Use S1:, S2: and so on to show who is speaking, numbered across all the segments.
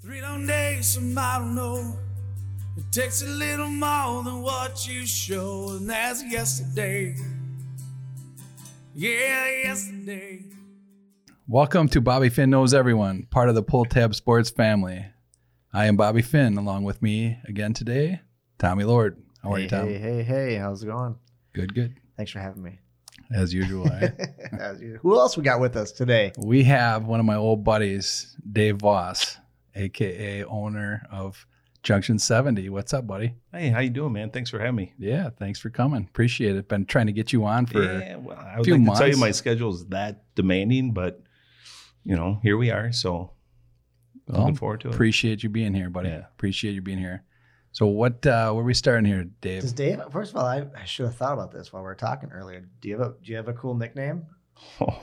S1: Three long days, some I don't know. It takes a little more than what you show, and that's yesterday. Yeah, yesterday.
S2: Welcome to Bobby Finn Knows Everyone, part of the Pull Tab Sports family. I am Bobby Finn, along with me again today, Tommy Lord. How are
S3: hey,
S2: you, Tom?
S3: Hey, hey, hey, how's it going?
S2: Good, good.
S3: Thanks for having me.
S2: As usual. eh?
S3: As usual. Who else we got with us today?
S2: we have one of my old buddies, Dave Voss, aka owner of Junction 70. What's up, buddy?
S4: Hey, how you doing, man? Thanks for having me.
S2: Yeah, thanks for coming. Appreciate it. Been trying to get you on for
S4: yeah, well, I would
S2: few
S4: like to tell
S2: months.
S4: you my schedule is that demanding, but you know, here we are. So
S2: well,
S4: looking forward to it.
S2: appreciate you being here, buddy.
S4: Yeah.
S2: Appreciate you being here. So what uh where are we starting here, Dave?
S3: Does Dave? First of all, I, I should have thought about this while we were talking earlier. Do you have a Do you have a cool nickname?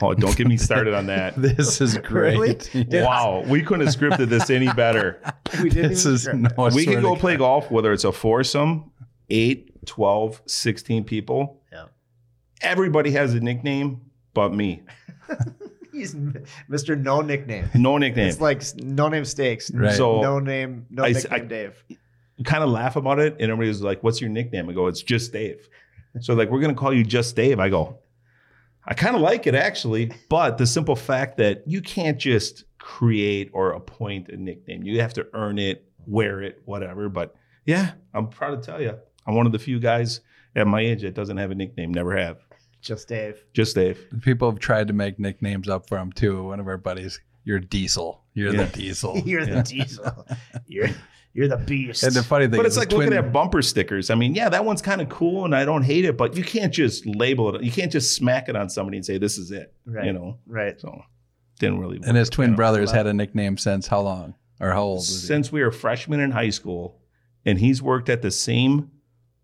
S4: oh, don't get me started on that.
S2: This is great.
S3: Really?
S2: Yeah.
S4: wow, we couldn't have scripted this any better.
S3: We
S2: This is
S3: script
S2: no
S3: it.
S2: I
S4: we
S2: swear
S4: could go
S2: to
S4: play
S2: God.
S4: golf, whether it's a foursome, eight, 12, 16 people.
S3: Yeah.
S4: Everybody has a nickname but me.
S3: He's m- Mr. No Nickname.
S4: No nickname.
S3: It's like s- no name steaks.
S2: Right.
S4: So-
S3: no name, no
S4: I s-
S3: nickname,
S4: I-
S3: Dave.
S4: kind of laugh about it, and everybody was like, "What's your nickname?" I go, "It's just Dave." So like, we're gonna call you just Dave. I go, I kind of like it actually, but the simple fact that you can't just create or appoint a nickname, you have to earn it, wear it, whatever. But yeah, I'm proud to tell you, I'm one of the few guys at my age that doesn't have a nickname, never have,
S3: Just Dave.
S4: just Dave.
S2: People have tried to make nicknames up for him too. One of our buddies, you're Diesel. You're
S4: Yeah.
S2: the Diesel.
S3: You're the
S4: Yeah.
S3: diesel. You're you're the beast.
S2: Oh, and the funny thing
S4: But
S2: is,
S4: it's like
S2: twin,
S4: looking at bumper stickers. I mean, yeah, that one's kind of cool, and I don't hate it, but you can't just label it. You can't just smack it on somebody and say this is it.
S3: right.
S4: You know.
S3: Right.
S4: So didn't really.
S2: and his
S4: work,
S2: twin
S4: you know.
S2: brothers had a nickname since how long or how old was he?
S4: Since we were freshmen in high school, and he's worked at the same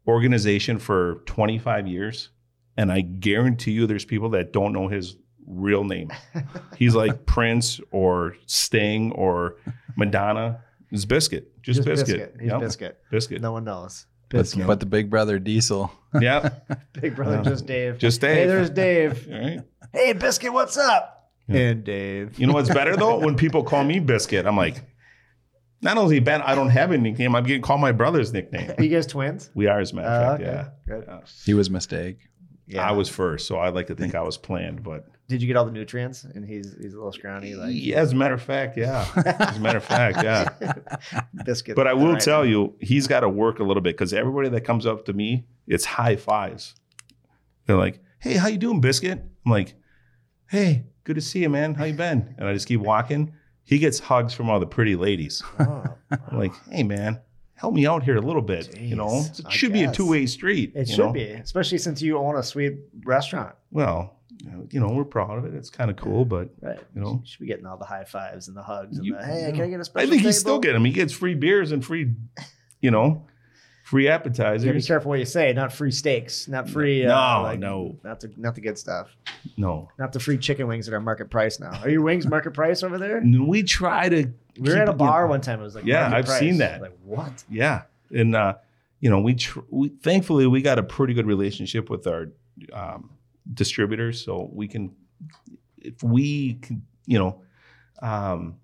S4: organization for 25 years, and I guarantee you, there's people that don't know his real name. He's like Prince or Sting or Madonna. It's Biscuit, just, Biscuit.
S3: He's
S4: Yep,
S3: biscuit.
S4: Biscuit.
S3: No one knows.
S2: But,
S3: Biscuit.
S2: but the big brother Diesel.
S4: yeah,
S3: Big brother,
S4: Uh,
S3: just Dave.
S4: just Dave.
S3: Hey, there's Dave.
S4: All right.
S3: hey, biscuit, what's up?
S4: Yeah.
S3: And Dave.
S4: You know what's better though? When people call me Biscuit, I'm like, not only Ben, I don't have a nickname. I'm getting called my brother's nickname.
S3: Are you guys twins?
S4: We are, as a matter
S3: Oh,
S4: of fact.
S3: okay.
S4: Yeah.
S3: Good.
S4: Yeah.
S2: He was mistake.
S3: Yeah.
S4: I was first, so I like to think I was planned, but
S3: Did you get all the nutrients? And he's he's a little scrawny, like
S4: yeah, as a matter of fact, yeah. As a matter of fact, yeah.
S3: biscuit.
S4: But I will
S3: Right.
S4: tell you, he's got to work a little bit because everybody that comes up to me, it's high fives. They're like, "Hey, how you doing, Biscuit?" I'm like, "Hey, good to see you, man. How you been?" And I just keep walking. He gets hugs from all the pretty ladies.
S3: Oh,
S4: I'm like, "Hey, man, help me out here a little bit. you know,
S3: Jeez,
S4: it
S3: I
S4: should be a
S3: guess.
S4: two way street.
S3: it
S4: you
S3: should
S4: know?
S3: be, especially since you own a sweet restaurant.
S4: Well, you know, we're proud of it. It's kind of cool, but
S3: Right.
S4: you know,
S3: You should be getting all the high fives and the hugs
S4: You-
S3: and the hey,
S4: yeah.
S3: can I get a
S4: I
S3: special?
S4: think
S3: table?
S4: he's still getting them. He gets free beers and free, you know, free
S3: You gotta be
S4: appetizers.
S3: careful what you say. Not free steaks. Not free.
S4: No,
S3: uh, like,
S4: no.
S3: Not the not the good stuff.
S4: No,
S3: Not the free chicken wings that are market price now. Are your wings market price over there?
S4: And we try to.
S3: We were
S4: keep
S3: at a
S4: it-
S3: bar one time. It was like
S4: Yeah,
S3: market
S4: I've
S3: price.
S4: seen that.
S3: Like what?
S4: Yeah, and uh, you know, we, tr- we thankfully we got a pretty good relationship with our um, distributors, so we can, if we can, you know, um,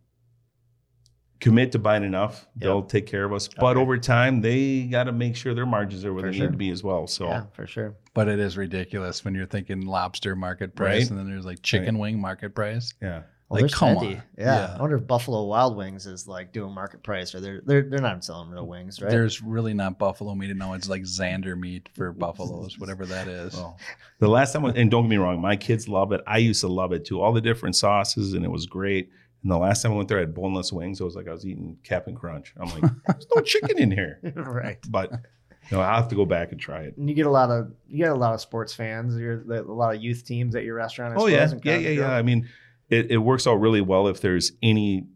S4: commit to buying enough,
S3: Yeah.
S4: they'll take care of us. But
S3: Okay.
S4: over time, they got to make sure their margins are where
S3: For
S4: they
S3: sure.
S4: need to be as well. So.
S3: Yeah, for sure.
S2: But it is ridiculous when you're thinking lobster market price
S4: Right.
S2: and then there's like chicken wing market price.
S4: yeah.
S3: Well,
S2: Like,
S3: they're
S2: come
S3: spendy.
S2: on.
S3: Yeah.
S2: Yeah.
S3: I wonder if Buffalo Wild Wings is like doing market price or they're they're they're not selling real wings, right?
S2: There's really not buffalo meat now. It's like Xander meat for buffaloes, whatever that is.
S4: Well, the last time, and don't get me wrong, my kids love it. I used to love it too. All the different sauces, and it was great. And the last time I went there, I had boneless wings. It was like I was eating Captain Crunch. I'm like, there's no chicken in here.
S3: right.
S4: But you know, I have to go back and try it.
S3: And you get a lot of you get a lot of sports fans. You're a lot of youth teams at your restaurant. I
S4: oh
S3: suppose,
S4: yeah,
S3: and
S4: yeah,
S3: Cottage
S4: yeah, yeah.
S3: Grove.
S4: I mean, it, it works out really well if there's any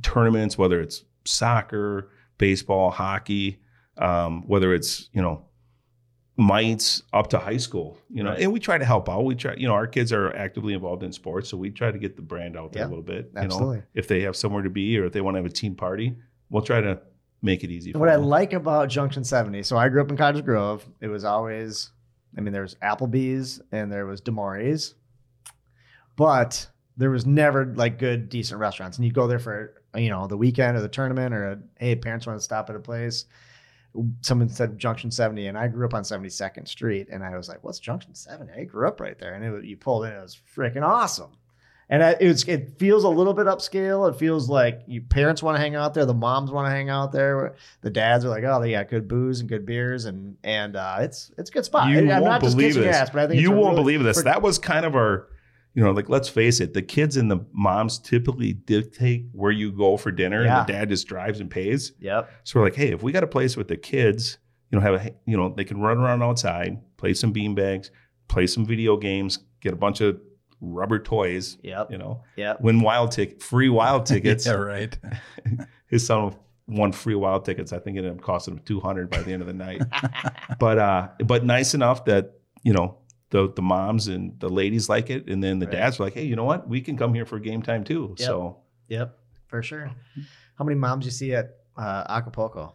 S4: tournaments, whether it's soccer, baseball, hockey, um, whether it's you know mites up to high school you know
S3: Right.
S4: and we try to help out we try you know our kids are actively involved in sports so we try to get the brand out there
S3: Yeah,
S4: a little bit you know
S3: Absolutely.
S4: if they have somewhere to be or if they want to have a team party we'll try to make it easy
S3: And what I
S4: them.
S3: like about Junction 70, so I grew up in Cottage Grove. It was always, I mean, there was Applebee's and there was Demori's, but there was never like good, decent restaurants. And you go there for you know, the weekend or the tournament or a, hey, parents want to stop at a place. Someone said Junction 70, and I grew up on 72nd Street, and I was like, "What's Junction 70? I grew up right there." And it, was- you pulled in, it was freaking awesome. And I, it was, it feels a little bit upscale. It feels like your parents want to hang out there, the moms want to hang out there, the dads are like, "Oh, they got good booze and good beers," and and uh, it's it's a good spot.
S4: You
S3: And
S4: won't
S3: I'm not just
S4: believe
S3: kissing
S4: this.
S3: ass, but I think
S4: you
S3: it's a
S4: won't
S3: really-
S4: believe this.
S3: for-
S4: that was kind of our, you know, like let's face it, the kids and the moms typically dictate where you go for dinner,
S3: Yeah.
S4: and the dad just drives and pays.
S3: Yep.
S4: So we're like, hey, if we got a place with the kids, you know, have a, you know, they can run around outside, play some beanbags, play some video games, get a bunch of rubber toys,
S3: Yep.
S4: you know,
S3: Yep.
S4: win wild ticket, free wild tickets.
S2: yeah, right.
S4: His son won free wild tickets. I think it ended up costing him 200 by the end of the night. but uh, but nice enough that you know the the moms and the ladies like it, and then the
S3: Right.
S4: dads were like, hey, you know what? We can come here for game time too.
S3: Yep.
S4: So
S3: Yep. For sure. How many moms you see at uh, Acapulco?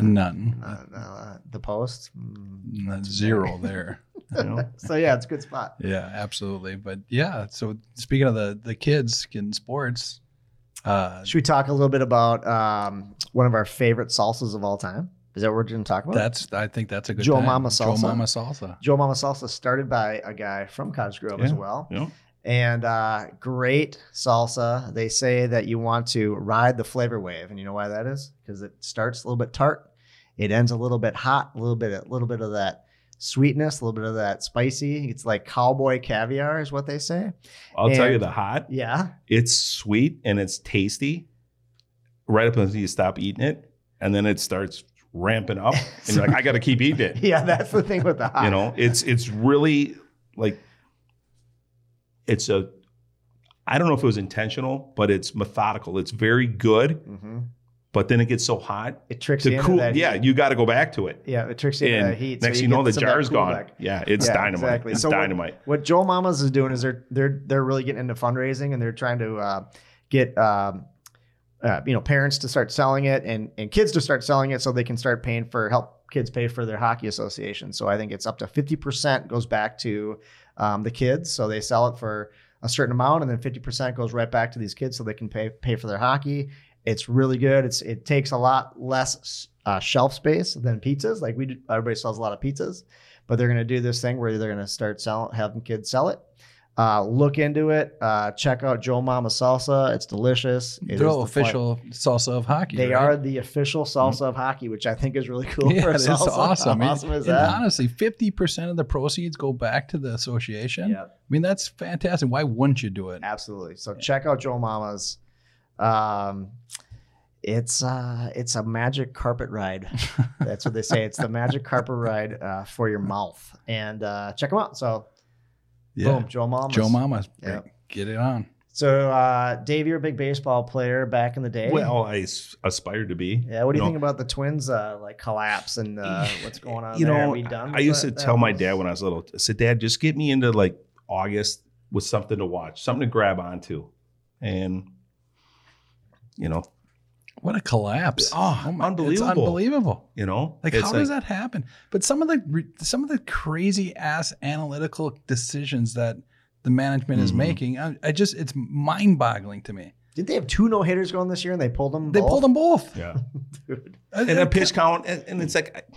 S2: None.
S3: Uh, uh, the post. Mm.
S2: None. Zero there.
S4: you know,
S3: So yeah, it's a good spot.
S2: Yeah, absolutely. But yeah, so speaking of the the kids in sports, uh,
S3: Should we talk a little bit about um, one of our favorite salsas of all time? Is that what we're going to talk about?
S2: that's I think that's a good
S3: Joe
S2: time.
S3: Mama
S2: Joe
S3: Salsa.
S2: Mama salsa.
S3: Joe Mama Salsa started by a guy from Cottage Grove as
S4: Yeah.
S3: well.
S4: you know?
S3: And uh, great salsa. They say that you want to ride the flavor wave, and you know why that is? Because it starts a little bit tart, it ends a little bit hot, a little bit, a little bit of that sweetness, a little bit of that spicy. It's like cowboy caviar, is what they say.
S4: I'll tell you
S3: And-
S4: the hot.
S3: Yeah,
S4: It's sweet and it's tasty. Right up until you stop eating it, and then it starts ramping up, and you're like, I got to keep eating it.
S3: yeah, that's the thing with the hot.
S4: You know, it's it's really like it's a. I don't know if it was intentional, but it's methodical. It's very good,
S3: Mhm.
S4: but then it gets so hot
S3: it tricks you
S4: to
S3: into
S4: cool.
S3: that.
S4: Yeah,
S3: heat.
S4: you got to go back to it.
S3: yeah, it tricks you into
S4: and
S3: that heat. so
S4: next, you,
S3: get
S4: know, the
S3: some of
S4: jar's
S3: that cool
S4: gone.
S3: back.
S4: Yeah, it's
S3: Yeah,
S4: dynamite.
S3: exactly.
S4: It's
S3: So what-
S4: dynamite.
S3: What Joel Mamas is doing is they're they're they're really getting into fundraising and they're trying to uh, get um, uh, you know parents to start selling it and and kids to start selling it so they can start paying for help kids pay for their hockey association. So I think it's up to fifty percent goes back to um, the kids. So they sell it for a certain amount and then fifty percent goes right back to these kids so they can pay pay for their hockey. It's really good. It's it takes a lot less uh, shelf space than pizzas. Like we do, everybody sells a lot of pizzas but they're going to do this thing where they're going to start selling, having kids sell it. Uh, look into it. Uh, check out Joe Mama Salsa. It's delicious.
S2: They're
S3: It is
S2: all
S3: the fun-
S2: official salsa of hockey.
S3: They
S2: right? Mm-hmm.
S3: are the official salsa of hockey, which I think is really cool.
S2: Yeah,
S3: for a
S2: that's
S3: salsa.
S2: awesome.
S3: How awesome is
S2: And
S3: that?
S2: honestly, fifty percent of the proceeds go back to the association.
S3: Yeah,
S2: I mean, that's fantastic. Why wouldn't you do it?
S3: absolutely. So check out Joe Mama's. Um, it's uh, it's a magic carpet ride. That's what they say. It's the magic carpet ride uh, for your mouth. And uh, check them out. So boom, Joe Mama's.
S2: Joe Mama,
S3: Yeah.
S2: get it on.
S3: So, uh, Dave, you're a big baseball player back in the day.
S4: Well, I s- aspired to be.
S3: yeah. What do you
S4: know,
S3: think about the Twins' uh, like collapse and uh, what's going on?
S4: Eh, You
S3: there? Are
S4: know,
S3: we done
S4: I
S3: with
S4: used to
S3: that-
S4: tell
S3: that
S4: my
S3: was-
S4: dad when I was little, I said, Dad, just get me into like August with something to watch, something to grab onto. And, you know,
S2: What a collapse!
S4: Oh, unbelievable.
S2: It's unbelievable.
S4: you know,
S2: Like
S4: it's
S2: how does that happen? But some of the re- some of the crazy ass analytical decisions that the management is
S4: Mhm.
S2: making, I, I just it's mind boggling to me.
S3: Did they have two no hitters going this year and they pulled them?
S2: They
S3: both?
S2: pulled them both.
S4: Yeah.
S3: Dude.
S2: I-
S4: and
S2: I-
S4: a pitch count. And, and it's like, I-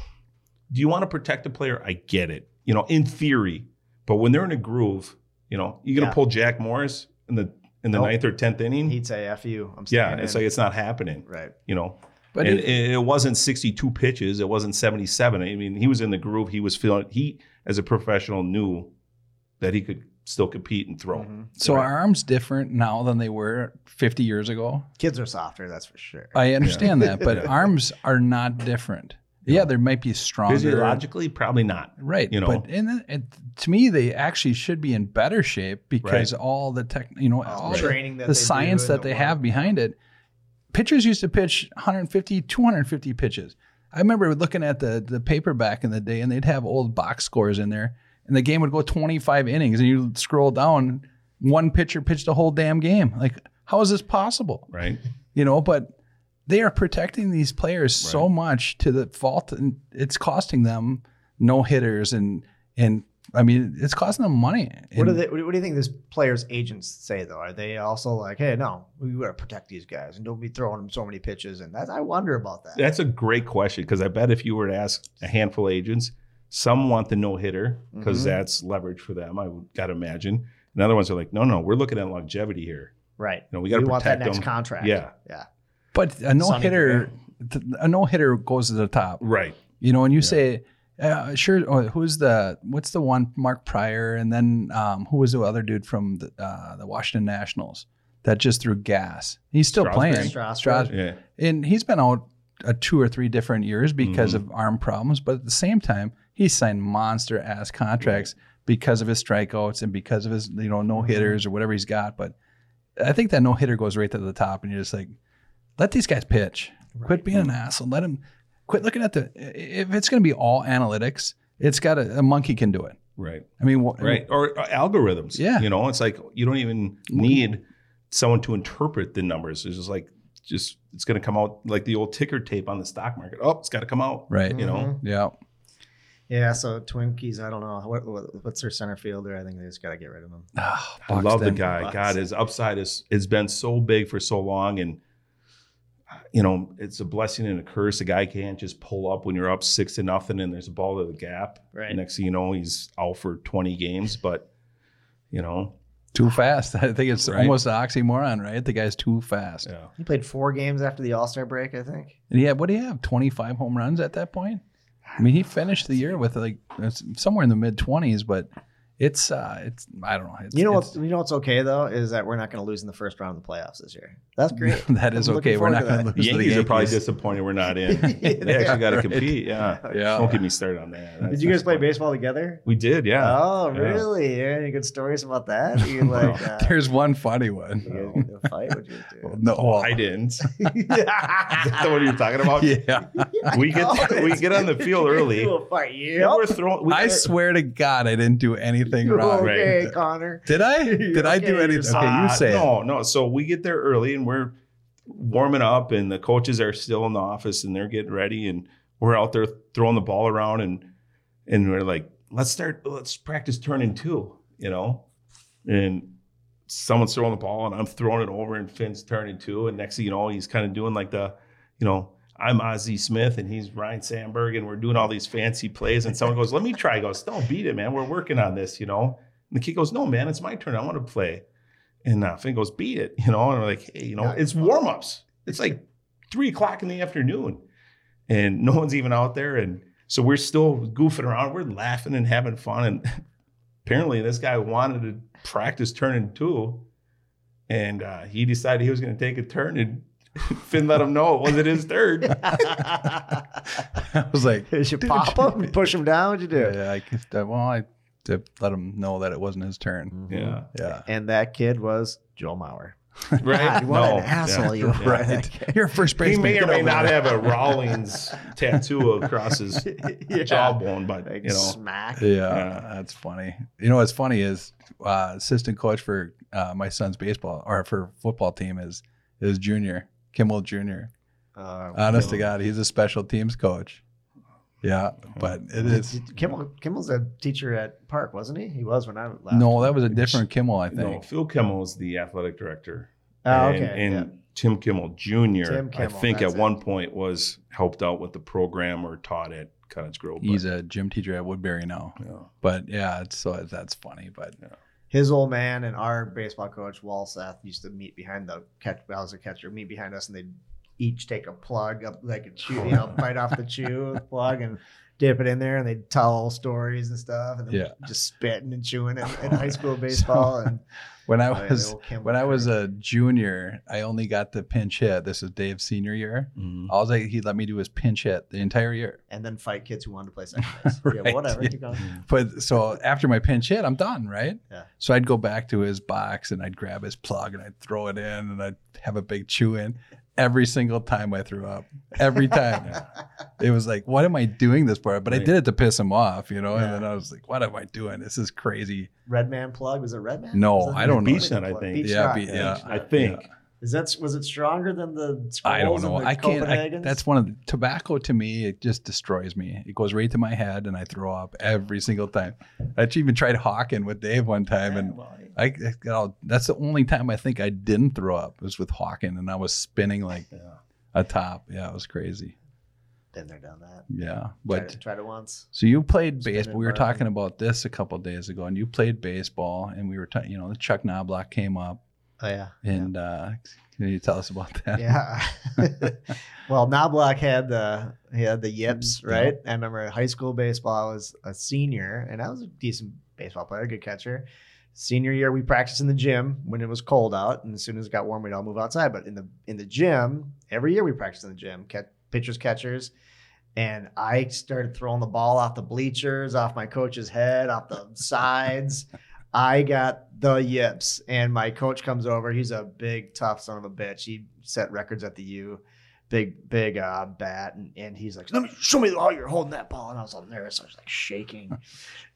S4: do you want to protect the player? I get it, you know, in theory. But when they're in a groove, you know, you're gonna
S3: Yeah.
S4: pull Jack Morris in the in the
S3: Nope.
S4: ninth or tenth inning.
S3: He'd say "f you." I'm
S4: yeah,
S3: staying
S4: it's
S3: in.
S4: like it's not happening,
S3: right.
S4: you know.
S2: But
S4: and
S2: it-
S4: it, it wasn't 62 pitches. It wasn't 77. I mean, he was in the groove. He was feeling. He, as a professional, knew that he could still compete and throw.
S3: Mhm.
S2: so
S4: Right.
S2: our arms different now than they were 50 years ago.
S3: Kids are softer, that's for sure.
S2: I understand that, but arms are not different. Yeah, there might be stronger.
S4: Physiologically, probably not.
S2: Right.
S4: you know.
S2: but and, then- and to me, they actually should be in better shape because all the tech, you know, all
S3: the
S2: the,
S3: training that
S2: the
S3: they do
S2: science
S3: and
S2: that
S3: the
S2: they
S3: work.
S2: have behind it. Pitchers used to pitch 150, 250 pitches. I remember looking at the the paper back in the day, and they'd have old box scores in there, and the game would go 25 innings, and you scroll down, one pitcher pitched the whole damn game. Like, how is this possible?
S4: Right.
S2: You know, but they are protecting these players so much to the fault, and it's costing them no hitters and and I mean, it's costing them money.
S3: What do
S2: And
S3: they? What do you think these players' agents say though? Are they also like, "Hey, no, we gotta protect these guys and don't be throwing them so many pitches"? And that's I wonder about that.
S4: That's a great question because I bet if you were to ask a handful of agents, some want the no hitter because
S3: Mhm.
S4: that's leverage for them. I would got to imagine. And other ones are like, no, no, we're looking at longevity here.
S3: right.
S4: You know, we got
S3: We
S4: to
S3: want that
S4: protect
S3: next
S4: them.
S3: contract.
S4: Yeah.
S3: Yeah.
S2: But a no
S3: Sonny
S2: hitter, th- a no hitter goes to the top.
S4: Right.
S2: You know, and you
S4: Yeah.
S2: say, uh, sure. oh, Who's the? What's the one? Mark Pryor, and then um, who was the other dude from the, uh, the Washington Nationals that just threw gas? He's still
S4: Strasburg.
S2: playing,
S3: Strasburg.
S4: Yeah.
S2: and he's been out uh, two or three different years because
S4: Mm-hmm.
S2: of arm problems. But at the same time, he signed monster ass contracts because of his strikeouts and because of his you know
S4: Mm-hmm.
S2: no hitters or whatever he's got. But I think that no hitter goes right to the top, and you're just like, let these guys pitch. Quit being an
S4: Mm-hmm.
S2: asshole. Let them. Quit looking at the. i- If it's going to be all analytics, it's got a, a monkey can do it.
S4: Right.
S2: I mean, wh-
S4: Right. Or, uh, algorithms.
S2: Yeah.
S4: You know, it's like you don't even need someone to interpret the numbers. It's just like, just it's going to come out like the old ticker tape on the stock market. Oh, it's got to come out.
S2: Right.
S4: You know,
S3: Mhm.
S2: Yeah.
S3: Yeah. So Twinkies, I don't know what, what what's their center fielder. I think they just gotta get rid of him.
S2: Ah,
S4: I love the
S2: Buxton.
S4: guy.
S3: Bucks.
S4: God, his upside is has been so big for so long, and you know it's a blessing and a curse. A guy can't just pull up when you're up six to nothing, and there's a ball to the gap.
S3: Right.
S4: Next thing you know, he's out for 20 games. But you know,
S2: Too fast. I think it's
S4: Right.
S2: almost an oxymoron, right? The guy's too fast.
S4: yeah,
S3: He played four games after the All Star break, I think.
S2: And he had what do you have? Twenty five home runs at that point. I mean, he finished the year with like it's somewhere in the mid twenties, but it's uh, it's I don't know. It's,
S3: You know
S2: it's,
S3: what? You know what's okay though is that we're not going to lose in the first round of the playoffs this year. That's great.
S2: that is
S3: I'm looking
S2: okay. We're
S3: forward
S2: not
S3: to
S2: going to
S3: that.
S4: the
S2: lose to the
S4: Yankees are probably
S2: Yankees.
S4: disappointed we're not in. they
S3: Yeah, Uh,
S4: actually got to
S2: right.
S4: compete. Yeah.
S2: Yeah.
S4: don't get me started on that. That's
S3: Did you guys play
S4: disappointing.
S3: baseball together?
S4: We did, yeah.
S3: Oh,
S4: Yeah.
S3: really? Yeah. Any good stories about that? You like uh,
S2: There's one funny
S3: you
S2: one.
S3: guys get into a fight? What'd you
S2: Well,
S3: do?
S2: no, well,
S4: I didn't. Is that the
S3: Oh. yeah.
S4: one you're talking about?
S2: oh, Yeah,
S4: We
S3: Oh,
S4: get we get on the field early.
S3: a fight. Yep.
S4: Yeah, we're throwing. we-
S2: I swear to God, I didn't do anything
S3: You're
S2: wrong.
S3: okay, Connor.
S2: Did I? Did I
S3: Okay,
S2: do
S3: you're
S2: anything? Okay,
S4: Ah,
S2: you say it.
S4: no, no. So we get there early and we're warming up, and the coaches are still in the office and they're getting ready, and we're out there throwing the ball around, and and we're like, let's start, let's practice turning two, you know, and someone's throwing the ball and I'm throwing it over, and Finn's turning two, and next thing you know, he's kind of doing like the, you know. I'm Ozzie Smith and he's Ryan Sandberg, and we're doing all these fancy plays. And someone goes, Let me try. He goes, Don't beat it, man. We're working on this, you know. And the kid goes, No, man, it's my turn. I want to play. And uh, Finn goes, beat it, you know. And we're like, hey, you know,
S3: Yeah.
S4: it's warm ups. It's like three o'clock in the afternoon, and no one's even out there. And so we're still goofing around. We're laughing and having fun. And apparently, this guy wanted to practice turning two, and uh, he decided he was going to take a turn. And Finn let him know it wasn't his third.
S2: I was like,
S3: Did you
S2: Dude.
S3: pop him and push him down? What'd you do?
S2: yeah, I, kissed that- well, I to let him know that it wasn't his turn.
S4: yeah,
S2: Yeah,
S3: Mm-hmm. And that kid was Joel Mauer.
S4: right.
S3: God, what
S4: No.
S3: an asshole you
S4: Yeah.
S3: were.
S2: right. You're a first
S4: He
S2: baseman.
S4: may or
S2: Get
S4: may
S2: over
S4: not
S2: it.
S4: have a Rawlings tattoo across his
S3: yeah.
S4: jawbone, but
S3: Like
S4: you know,
S3: smack.
S2: Yeah,
S4: Yeah.
S2: that's funny. You know what's funny is uh, assistant coach for uh, my son's baseball or for football team is is junior Kimmel Junior.
S3: Uh,
S2: Honest to God, he's a special teams coach. Yeah, but it is
S3: Kimmel, Kimmel's a teacher at Park, wasn't he? He was when I left.
S2: no. That was a different Kimmel, I
S4: no,
S2: think.
S4: Phil Kimmel is the athletic director.
S3: Oh,
S4: and,
S3: okay.
S4: and
S3: yeah.
S4: Tim Kimmel Jr.
S3: Tim
S4: I
S3: Kimmel,
S4: think at
S3: that's it.
S4: one point was helped out with the program or taught at Cottage Grove. but,
S2: He's a gym teacher at Woodbury now.
S4: you know,
S2: But yeah, it's, so that's funny. But
S3: His old man and our baseball coach Wall Seth used to meet behind the catch. I was a catcher. Meet behind us, and they'd each take a plug up like a chew, you know, bite off the chew plug and dip it in there, and they'd tell stories and stuff, and
S2: Yeah.
S3: just spitting and chewing in, in high school baseball. and
S2: when I
S3: oh, yeah, the
S2: was
S3: old Kimmel
S2: when I was
S3: curve.
S2: a junior, I only got the pinch hit. This is Dave's senior year.
S4: Mm-hmm.
S2: I was like, he let me do his pinch hit the entire year.
S3: and then fight kids who wanted to play second base. Yeah,
S2: Right,
S3: whatever.
S2: yeah.
S3: keep going.
S2: But so after my pinch hit, I'm done, right?
S3: Yeah.
S2: So I'd go back to his box and I'd grab his plug and I'd throw it in and I'd have a big chew in every single time I threw up. Every time. It was like, what am I doing this for? But I
S4: Right.
S2: did it to piss him off, you know?
S3: Yeah.
S2: And then I was like, what am I doing? This is crazy.
S3: Red man plug was it Red man?
S2: No,
S3: Was it
S2: I don't know.
S3: Beach
S4: Beechnut, I think.
S3: Beach
S2: Yeah,
S3: Nut,
S2: Be- yeah.
S3: Beach
S4: I
S3: Nut.
S4: think
S3: Is that was it stronger than the Skrulls
S2: I don't know.
S3: and the
S2: I can't. I,
S3: Copenhagens?
S2: that's one of the, tobacco to me. It just destroys me. It goes right to my head, and I throw up every single time. I even tried hawking with Dave one time, and I, I got all- that's the only time I think I didn't throw up was with hawking, and I was spinning like
S3: Yeah.
S2: a top. Yeah, it was crazy.
S3: been there, done that.
S2: Yeah,
S3: Tried
S2: but
S3: it, tried it once.
S2: So you played
S3: Spin
S2: baseball.
S3: it
S2: We were
S3: around.
S2: talking about this a couple days ago, and you played baseball, and we were, ta- you know, the Chuck Knobloch came up,
S3: Oh yeah.
S2: and uh, can you tell us about that?
S3: yeah. well, Knobloch had the he had the yips, right? I remember in high school baseball. I was a senior, and I was a decent baseball player, good catcher. Senior year, we practiced in the gym when it was cold out, and as soon as it got warm, we'd all move outside. But in the in the gym, every year we practiced in the gym, catch, pitchers, catchers, and I started throwing the ball off the bleachers, off my coach's head, off the sides. I got the yips, and my coach comes over. He's a big, tough son of a bitch. He set records at the U, big, big uh, bat, and, and he's like, "Let me show me how you're holding that ball." And I was all nervous. I was like shaking,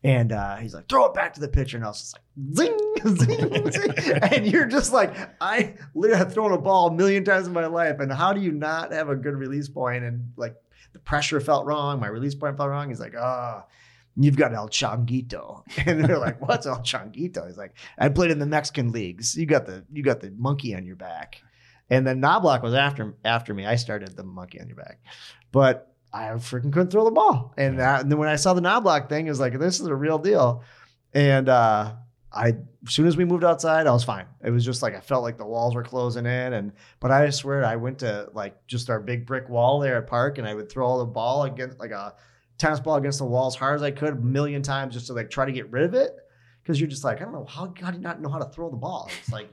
S3: and uh, he's like, "Throw it back to the pitcher," and I was just like, "Zing, zing, zing," and you're just like, I literally have thrown a ball a million times in my life, and how do you not have a good release point? And like, the pressure felt wrong, my release point felt wrong. He's like, "Ah." you've got El Changuito. And they're like, what's El Changuito? He's like, I played in the Mexican leagues. You got the you got the monkey on your back. And then Knobloch was after after me. I started the monkey on your back. But I freaking couldn't throw the ball. And, I, and then when I saw the Knobloch thing, it was like, this is a real deal. And uh I as soon as we moved outside, I was fine. It was just like I felt like the walls were closing in and but I swear I went to like just our big brick wall there at park and I would throw the ball against like a tennis ball against the wall as hard as I could a million times just to like try to get rid of it. Cause you're just like, I don't know, how, how do you not know how to throw the ball? It's like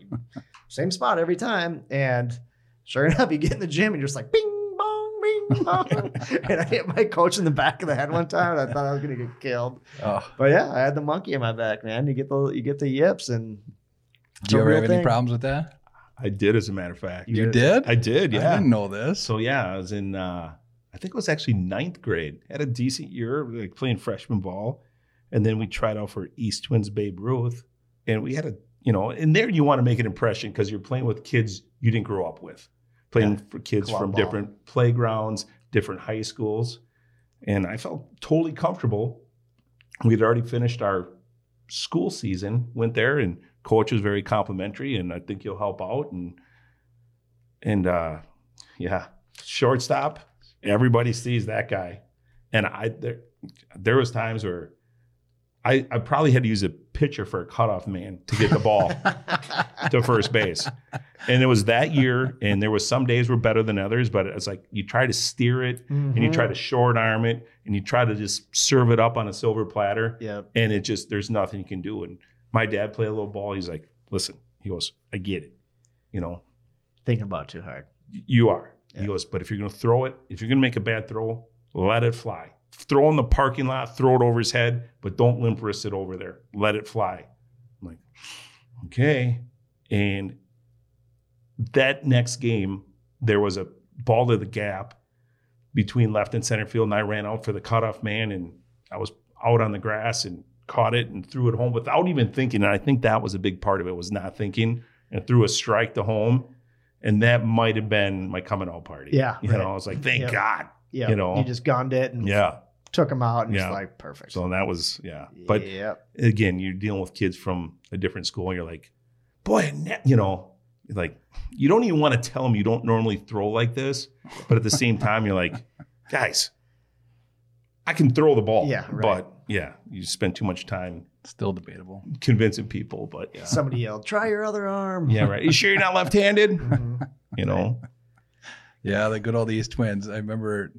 S3: same spot every time. And sure enough, you get in the gym and you're just like, bing, bong, bing, bong. and I hit my coach in the back of the head one time and I thought I was going to get killed.
S2: Oh,
S3: But yeah, I had the monkey in my back, man. You get the, you get the yips and it's
S2: do you
S3: a
S2: ever
S3: real
S2: have any
S3: thing.
S2: problems with that?
S4: I did, as a matter of fact.
S2: You did?
S4: I did, yeah.
S2: I didn't know this.
S4: So yeah, I was in uh I think it was actually ninth grade. Had a decent year, like playing freshman ball. And then we tried out for East Twins Babe Ruth. And we had a you know, and there you want to make an impression because you're playing with kids you didn't grow up with. Playing
S3: Yeah.
S4: for kids
S3: Club
S4: from
S3: ball.
S4: different playgrounds, different high schools. And I felt totally comfortable. We had already finished our school season, went there and coach was very complimentary and I think you'll help out and and uh yeah, shortstop. Everybody sees that guy, and I there there was times where I I probably had to use a pitcher for a cutoff man to get the ball to first base, and it was that year. And there was some days were better than others, but it's like you try to steer it and
S3: Mm-hmm.
S4: you try to short arm it and you try to just serve it up on a silver platter,
S3: Yeah.
S4: and it just there's nothing you can do. And my dad played a little ball. He's like, listen, he goes, I get it, you know,
S3: Thinking about it too hard.
S4: you are.
S3: Yeah.
S4: He goes, but if you're going to throw it, if you're going to make a bad throw, let it fly. Throw in the parking lot, throw it over his head, but don't limp wrist it over there. Let it fly. I'm like, okay. And that next game, there was a ball to the gap between left and center field, and I ran out for the cutoff man, and I was out on the grass and caught it and threw it home without even thinking. And I think that was a big part of it was not thinking and threw a strike to home. And that might have been my coming out party.
S3: Yeah,
S4: You
S3: right.
S4: know, I was like, thank
S3: Yeah.
S4: God.
S3: Yeah.
S4: You know.
S3: you just gunned it and
S4: Yeah.
S3: took him out and it's
S4: Yeah.
S3: like perfect.
S4: So that was, yeah. But
S3: yep.
S4: again, you're dealing with kids from a different school, and you're like, boy, I ne-" you know, you're like you don't even want to tell them you don't normally throw like this, but at the same time, you're like, guys, I can throw the ball,
S3: Yeah, right.
S4: but yeah, you spend too much time
S2: Still debatable.
S4: convincing people, but yeah,
S3: somebody yelled, "Try your other arm."
S4: yeah, right. You sure you're not left-handed?
S3: Mhm.
S4: You know,
S2: Yeah, the good old East Twins. I remember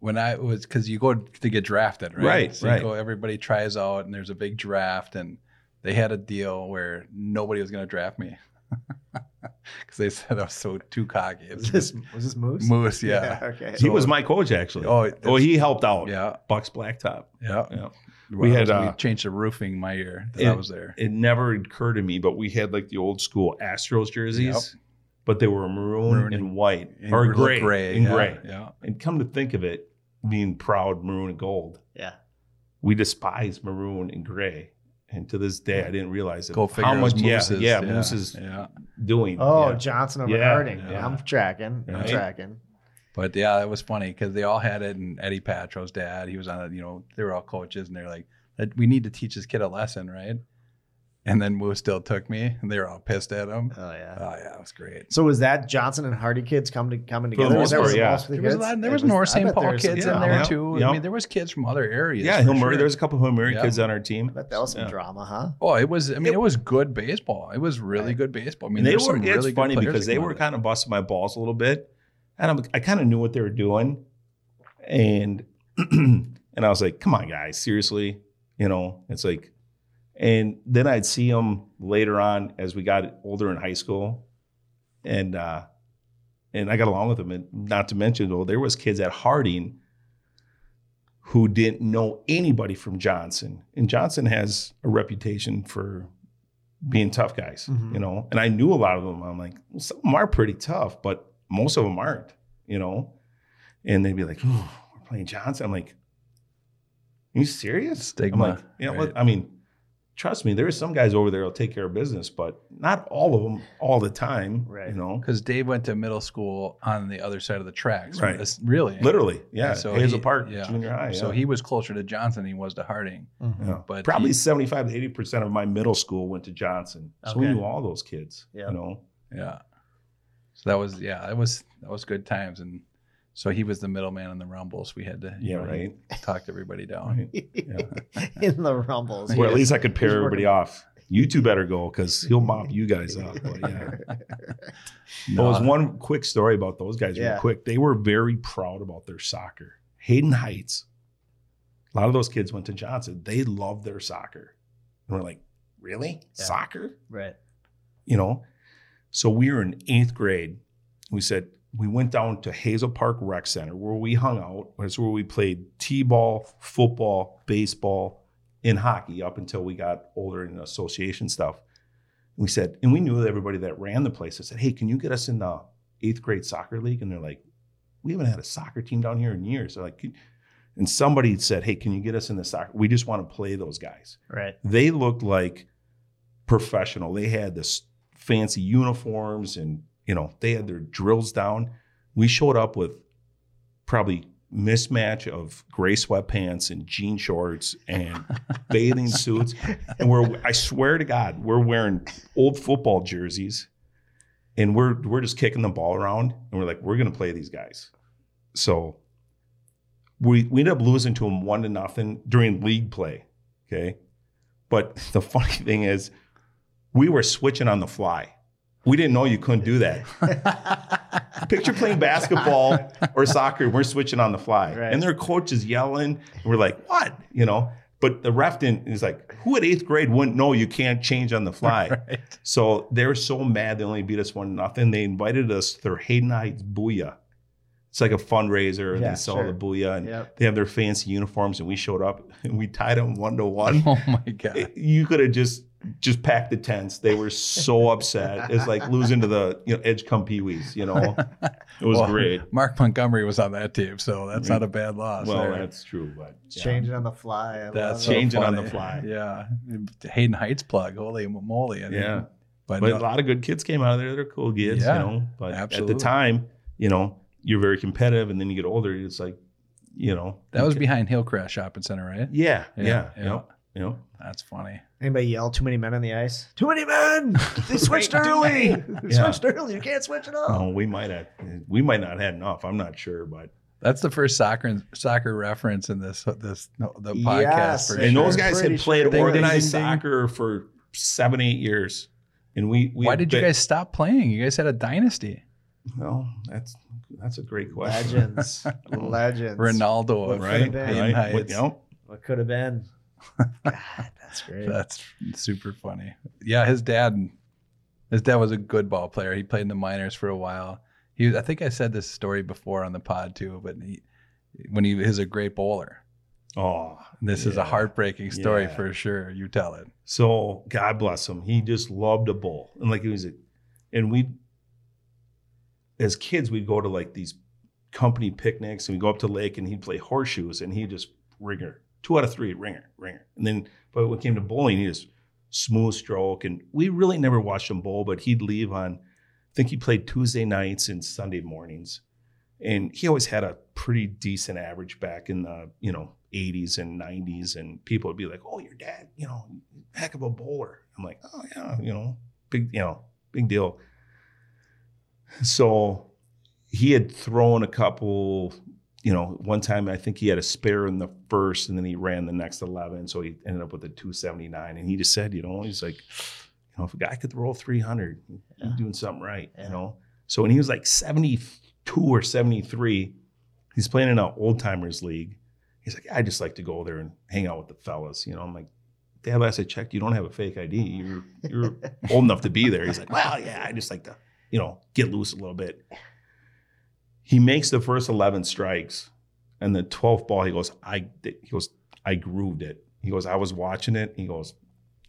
S2: when I was because you go to get drafted, right?
S4: Right,
S2: So you
S4: right.
S2: go, everybody tries out, and there's a big draft, and they had a deal where nobody was going to draft me because they said I was so too cocky. It was
S3: Was this was this moose?
S2: Moose, yeah.
S3: okay.
S4: he
S2: So-
S4: was my coach actually. Oh,
S2: Oh, it-
S4: he helped out.
S2: yeah,
S4: Bucks Blacktop.
S2: yeah.
S4: Yeah.
S2: Well, we
S4: had,
S2: had
S4: uh,
S2: we changed the roofing my year that I
S4: it-
S2: was there.
S4: It never occurred to me, but we had like the old school Astros jerseys, but they were maroon,
S2: Maroon
S4: and white
S2: And
S4: or
S2: it looked
S4: gray, and
S2: yeah,
S4: gray.
S2: Yeah.
S4: And come to think of it, being proud maroon and gold,
S3: Yeah.
S4: we despise maroon and gray. And to this day, I didn't realize it.
S2: Go figure.
S4: How
S2: it
S4: much?
S2: was
S4: yeah,
S2: Moose's.
S4: yeah, Moose is
S2: yeah.
S4: doing.
S3: Oh,
S4: yeah.
S3: Johnson over
S4: Yeah,
S3: Harding.
S2: yeah.
S3: I'm tracking. I'm
S4: Right.
S3: tracking.
S2: But yeah, that was funny because they all had it, and Eddie Patro's dad, he was on it. You know, they were all coaches, and they're like, "That- "We need to teach this kid a lesson, right?" And then Moose still took me, and they were all pissed at him.
S3: Oh yeah.
S2: Oh yeah, it was great.
S3: So was that Johnson and Hardy kids coming to, coming
S4: For the
S3: together?
S4: most
S3: Was that
S4: part,
S3: was
S4: yeah.
S3: most of the
S2: There was a
S3: kids?
S2: lot. There
S3: It
S2: was North
S3: I
S2: St.
S3: bet
S2: Paul
S3: there's some-
S2: kids
S4: yeah,
S2: in there
S4: yeah,
S2: too.
S4: yeah.
S2: I mean, there was kids from other areas.
S4: yeah,
S2: for
S4: Hill Murray.
S2: sure.
S4: There's a couple of Hill Murray
S2: Yeah.
S4: kids on our team.
S3: I bet that was some
S4: Yeah.
S3: drama, huh?
S2: Oh, it was. I mean, it, was good baseball. It was really good baseball. I mean,
S4: And they
S2: there was
S4: were.
S2: some
S4: It's
S2: really good
S4: funny
S2: players
S4: because
S2: that
S4: they
S2: came
S4: were
S2: out of
S4: kind of busting my balls a little bit, and I'm, I kind of knew what they were doing, and and I was like, "Come on, guys, seriously." You know, it's like, and then I'd see them later on as we got older in high school, and uh, and I got along with them. And not to mention, though, there was kids at Harding who didn't know anybody from Johnson, and Johnson has a reputation for being tough guys,
S3: Mhm.
S2: Mm-hmm.
S4: you know. And I knew a lot of them. I'm like, well, some of them are pretty tough, but most of them aren't, you know. And they'd be like, "Ooh, "We're playing Johnson." I'm like, "You serious?"
S2: Stigma,
S4: I'm like, you know,
S2: right.
S4: what? I mean, trust me, there are some guys over there that'll take care of business, but not all of them all the time,
S3: Right.
S4: You know,
S2: because Dave went to middle school on the other side of the tracks.
S4: Right.
S2: It's- Really.
S4: literally, yeah.
S2: Yeah, so
S4: Hazel
S2: he-
S4: Park
S2: yeah.
S4: Junior High.
S2: So
S4: yeah.
S2: he was closer to Johnson than he was to Harding.
S4: Yeah.
S2: But
S4: probably
S2: he-
S4: 75 to 80 percent of my middle school went to Johnson. So we
S3: Okay.
S4: knew all those kids.
S3: Yeah.
S4: You know,
S2: Yeah. So that was yeah, that was that was good times and so he was the middleman in the rumbles. We had to you
S4: Yeah,
S2: know,
S4: right.
S2: talk to everybody down.
S3: In the rumbles.
S4: Or at least I could pair
S3: He's
S4: everybody
S3: working-
S4: off. You two better go because he'll mop you guys up. But yeah. There was
S2: No.
S4: one quick story about those guys,
S3: Yeah.
S4: real quick. They were very proud about their soccer. Hayden Heights, a lot of those kids went to Johnson. They loved their soccer. And we're like, really?
S3: Yeah.
S4: Soccer?
S3: Right.
S4: you know. So we were in eighth grade. We said we went down to Hazel Park Rec Center where we hung out. That's where we played t-ball, football, baseball, and hockey up until we got older in association stuff. We said, and we knew everybody that ran the place. I said, hey, can you get us in the eighth grade soccer league? And they're like, we haven't had a soccer team down here in years. They're like, "Could-" and somebody said, hey, can you get us in the soccer? We just want to play those guys
S3: Right.
S4: they looked like professional. They had this fancy uniforms and you know they had their drills down. We showed up with probably mismatch of gray sweatpants and jean shorts and bathing suits, and we're I swear to God we're wearing old football jerseys, and we're we're just kicking the ball around, and we're like we're gonna play these guys. So we we ended up losing to them one to nothing during league play. Okay, but the funny thing is, we were switching on the fly. We didn't know you couldn't do that. Picture playing basketball or soccer, we're switching on the fly.
S3: Right.
S4: And their coach is yelling. We're like, what? You know? But the ref didn't, is like, who at eighth grade wouldn't know you can't change on the fly?
S2: Right.
S4: So they were so mad they only beat us one nothing. They invited us to their Hayden Heights Booyah. It's like a fundraiser. and
S3: Yeah,
S4: they sell
S3: sure.
S4: the Booyah and
S3: Yep.
S4: they have their fancy uniforms. And we showed up and we tied them one to one
S2: Oh my god.
S4: it- you could have just just packed the tents. They were so upset. It's like losing to the you know Edge Come Pee Wees. You know, it was
S2: Well,
S4: great.
S2: Mark Montgomery was on that team, so that's
S4: Right.
S2: not a bad loss.
S4: Well,
S2: there.
S4: that's true, but yeah.
S3: Changing on the fly. I
S2: that's
S3: love
S2: so
S3: it.
S4: Change it on
S2: funny.
S4: the fly.
S2: Yeah. Hayden Heights plug, holy moly. I mean,
S4: Yeah.
S2: But,
S4: But
S2: no-
S4: a lot of good kids came out of there. They're cool kids,
S2: Yeah,
S4: you know. But
S2: absolutely.
S4: at the time, you know, you're very competitive, and then you get older. It's like, you know,
S2: that was behind Hillcrest Shopping Center, right?
S4: yeah,
S2: Yeah,
S4: yeah, yeah.
S2: yeah.
S4: Yep, yep.
S2: That's funny.
S3: Anybody yell too many men on the ice? Too many men. They switched
S4: Wait,
S3: early.
S4: Dewey!
S3: They
S4: Yeah.
S3: switched early. You can't switch it up.
S4: Oh, we might have, we might not had enough. I'm not sure, but
S2: That's the first soccer soccer reference in this this no, the podcast.
S3: Yes,
S2: for
S3: For
S4: and
S2: sure.
S4: those guys
S3: Pretty
S4: had played
S3: sure.
S2: Ding,
S4: organized
S2: ding, ding.
S4: soccer for seven, eight years, and we. we
S2: Why
S4: had
S2: did you
S4: been-
S2: guys stop playing? You guys had a dynasty.
S4: Well, that's that's a great question.
S3: Legends. Legends.
S2: Ronaldo,
S3: What
S4: Right,
S3: could've been.
S2: Hayden
S4: right. What-
S2: Heights.
S4: yep.
S3: What could have been? God, that's great.
S2: That's super funny. Yeah, his dad, his dad was a good ball player. He played in the minors for a while. He, was, I think I said this story before on the pod too, but he, when he is a great bowler,
S4: Oh,
S2: this is a
S4: Yeah.
S2: heartbreaking story
S4: Yeah.
S2: for sure. You tell it.
S4: so God bless him. He just loved a bowl, and like he was, a, and we, as kids, we'd go to like these company picnics, and we would go up to the lake, and he'd play horseshoes, and he would just ringer Two out of three, ringer, ringer. And then, but when it came to bowling, he was smooth stroke. And we really never watched him bowl, but he'd leave on, I think he played Tuesday nights and Sunday mornings. And he always had a pretty decent average back in the, you know, 80s and 90s. And people would be like, oh, your dad, you know, heck of a bowler. I'm like, oh, yeah, you know, big, you know, big deal. So he had thrown a couple, you know, one time I think he had a spare in the first and then he ran the next 11. So he ended up with a 279. And he just said, you know, he's like, you know, if a guy could throw 300,
S3: Yeah.
S4: he's doing something right,
S3: Yeah.
S4: you know? So when he was like 72 or 73, he's playing in an old timers league. He's like, I just like to go there and hang out with the fellas, you know? I'm like, Dad, last I checked, you don't have a fake ID. You're, you're old enough to be there. He's like, well, yeah, I just like to, you know, get loose a little bit. He makes the first 11 strikes and the 12th ball, he goes, I, he goes, I grooved it. He goes, I was watching it. He goes,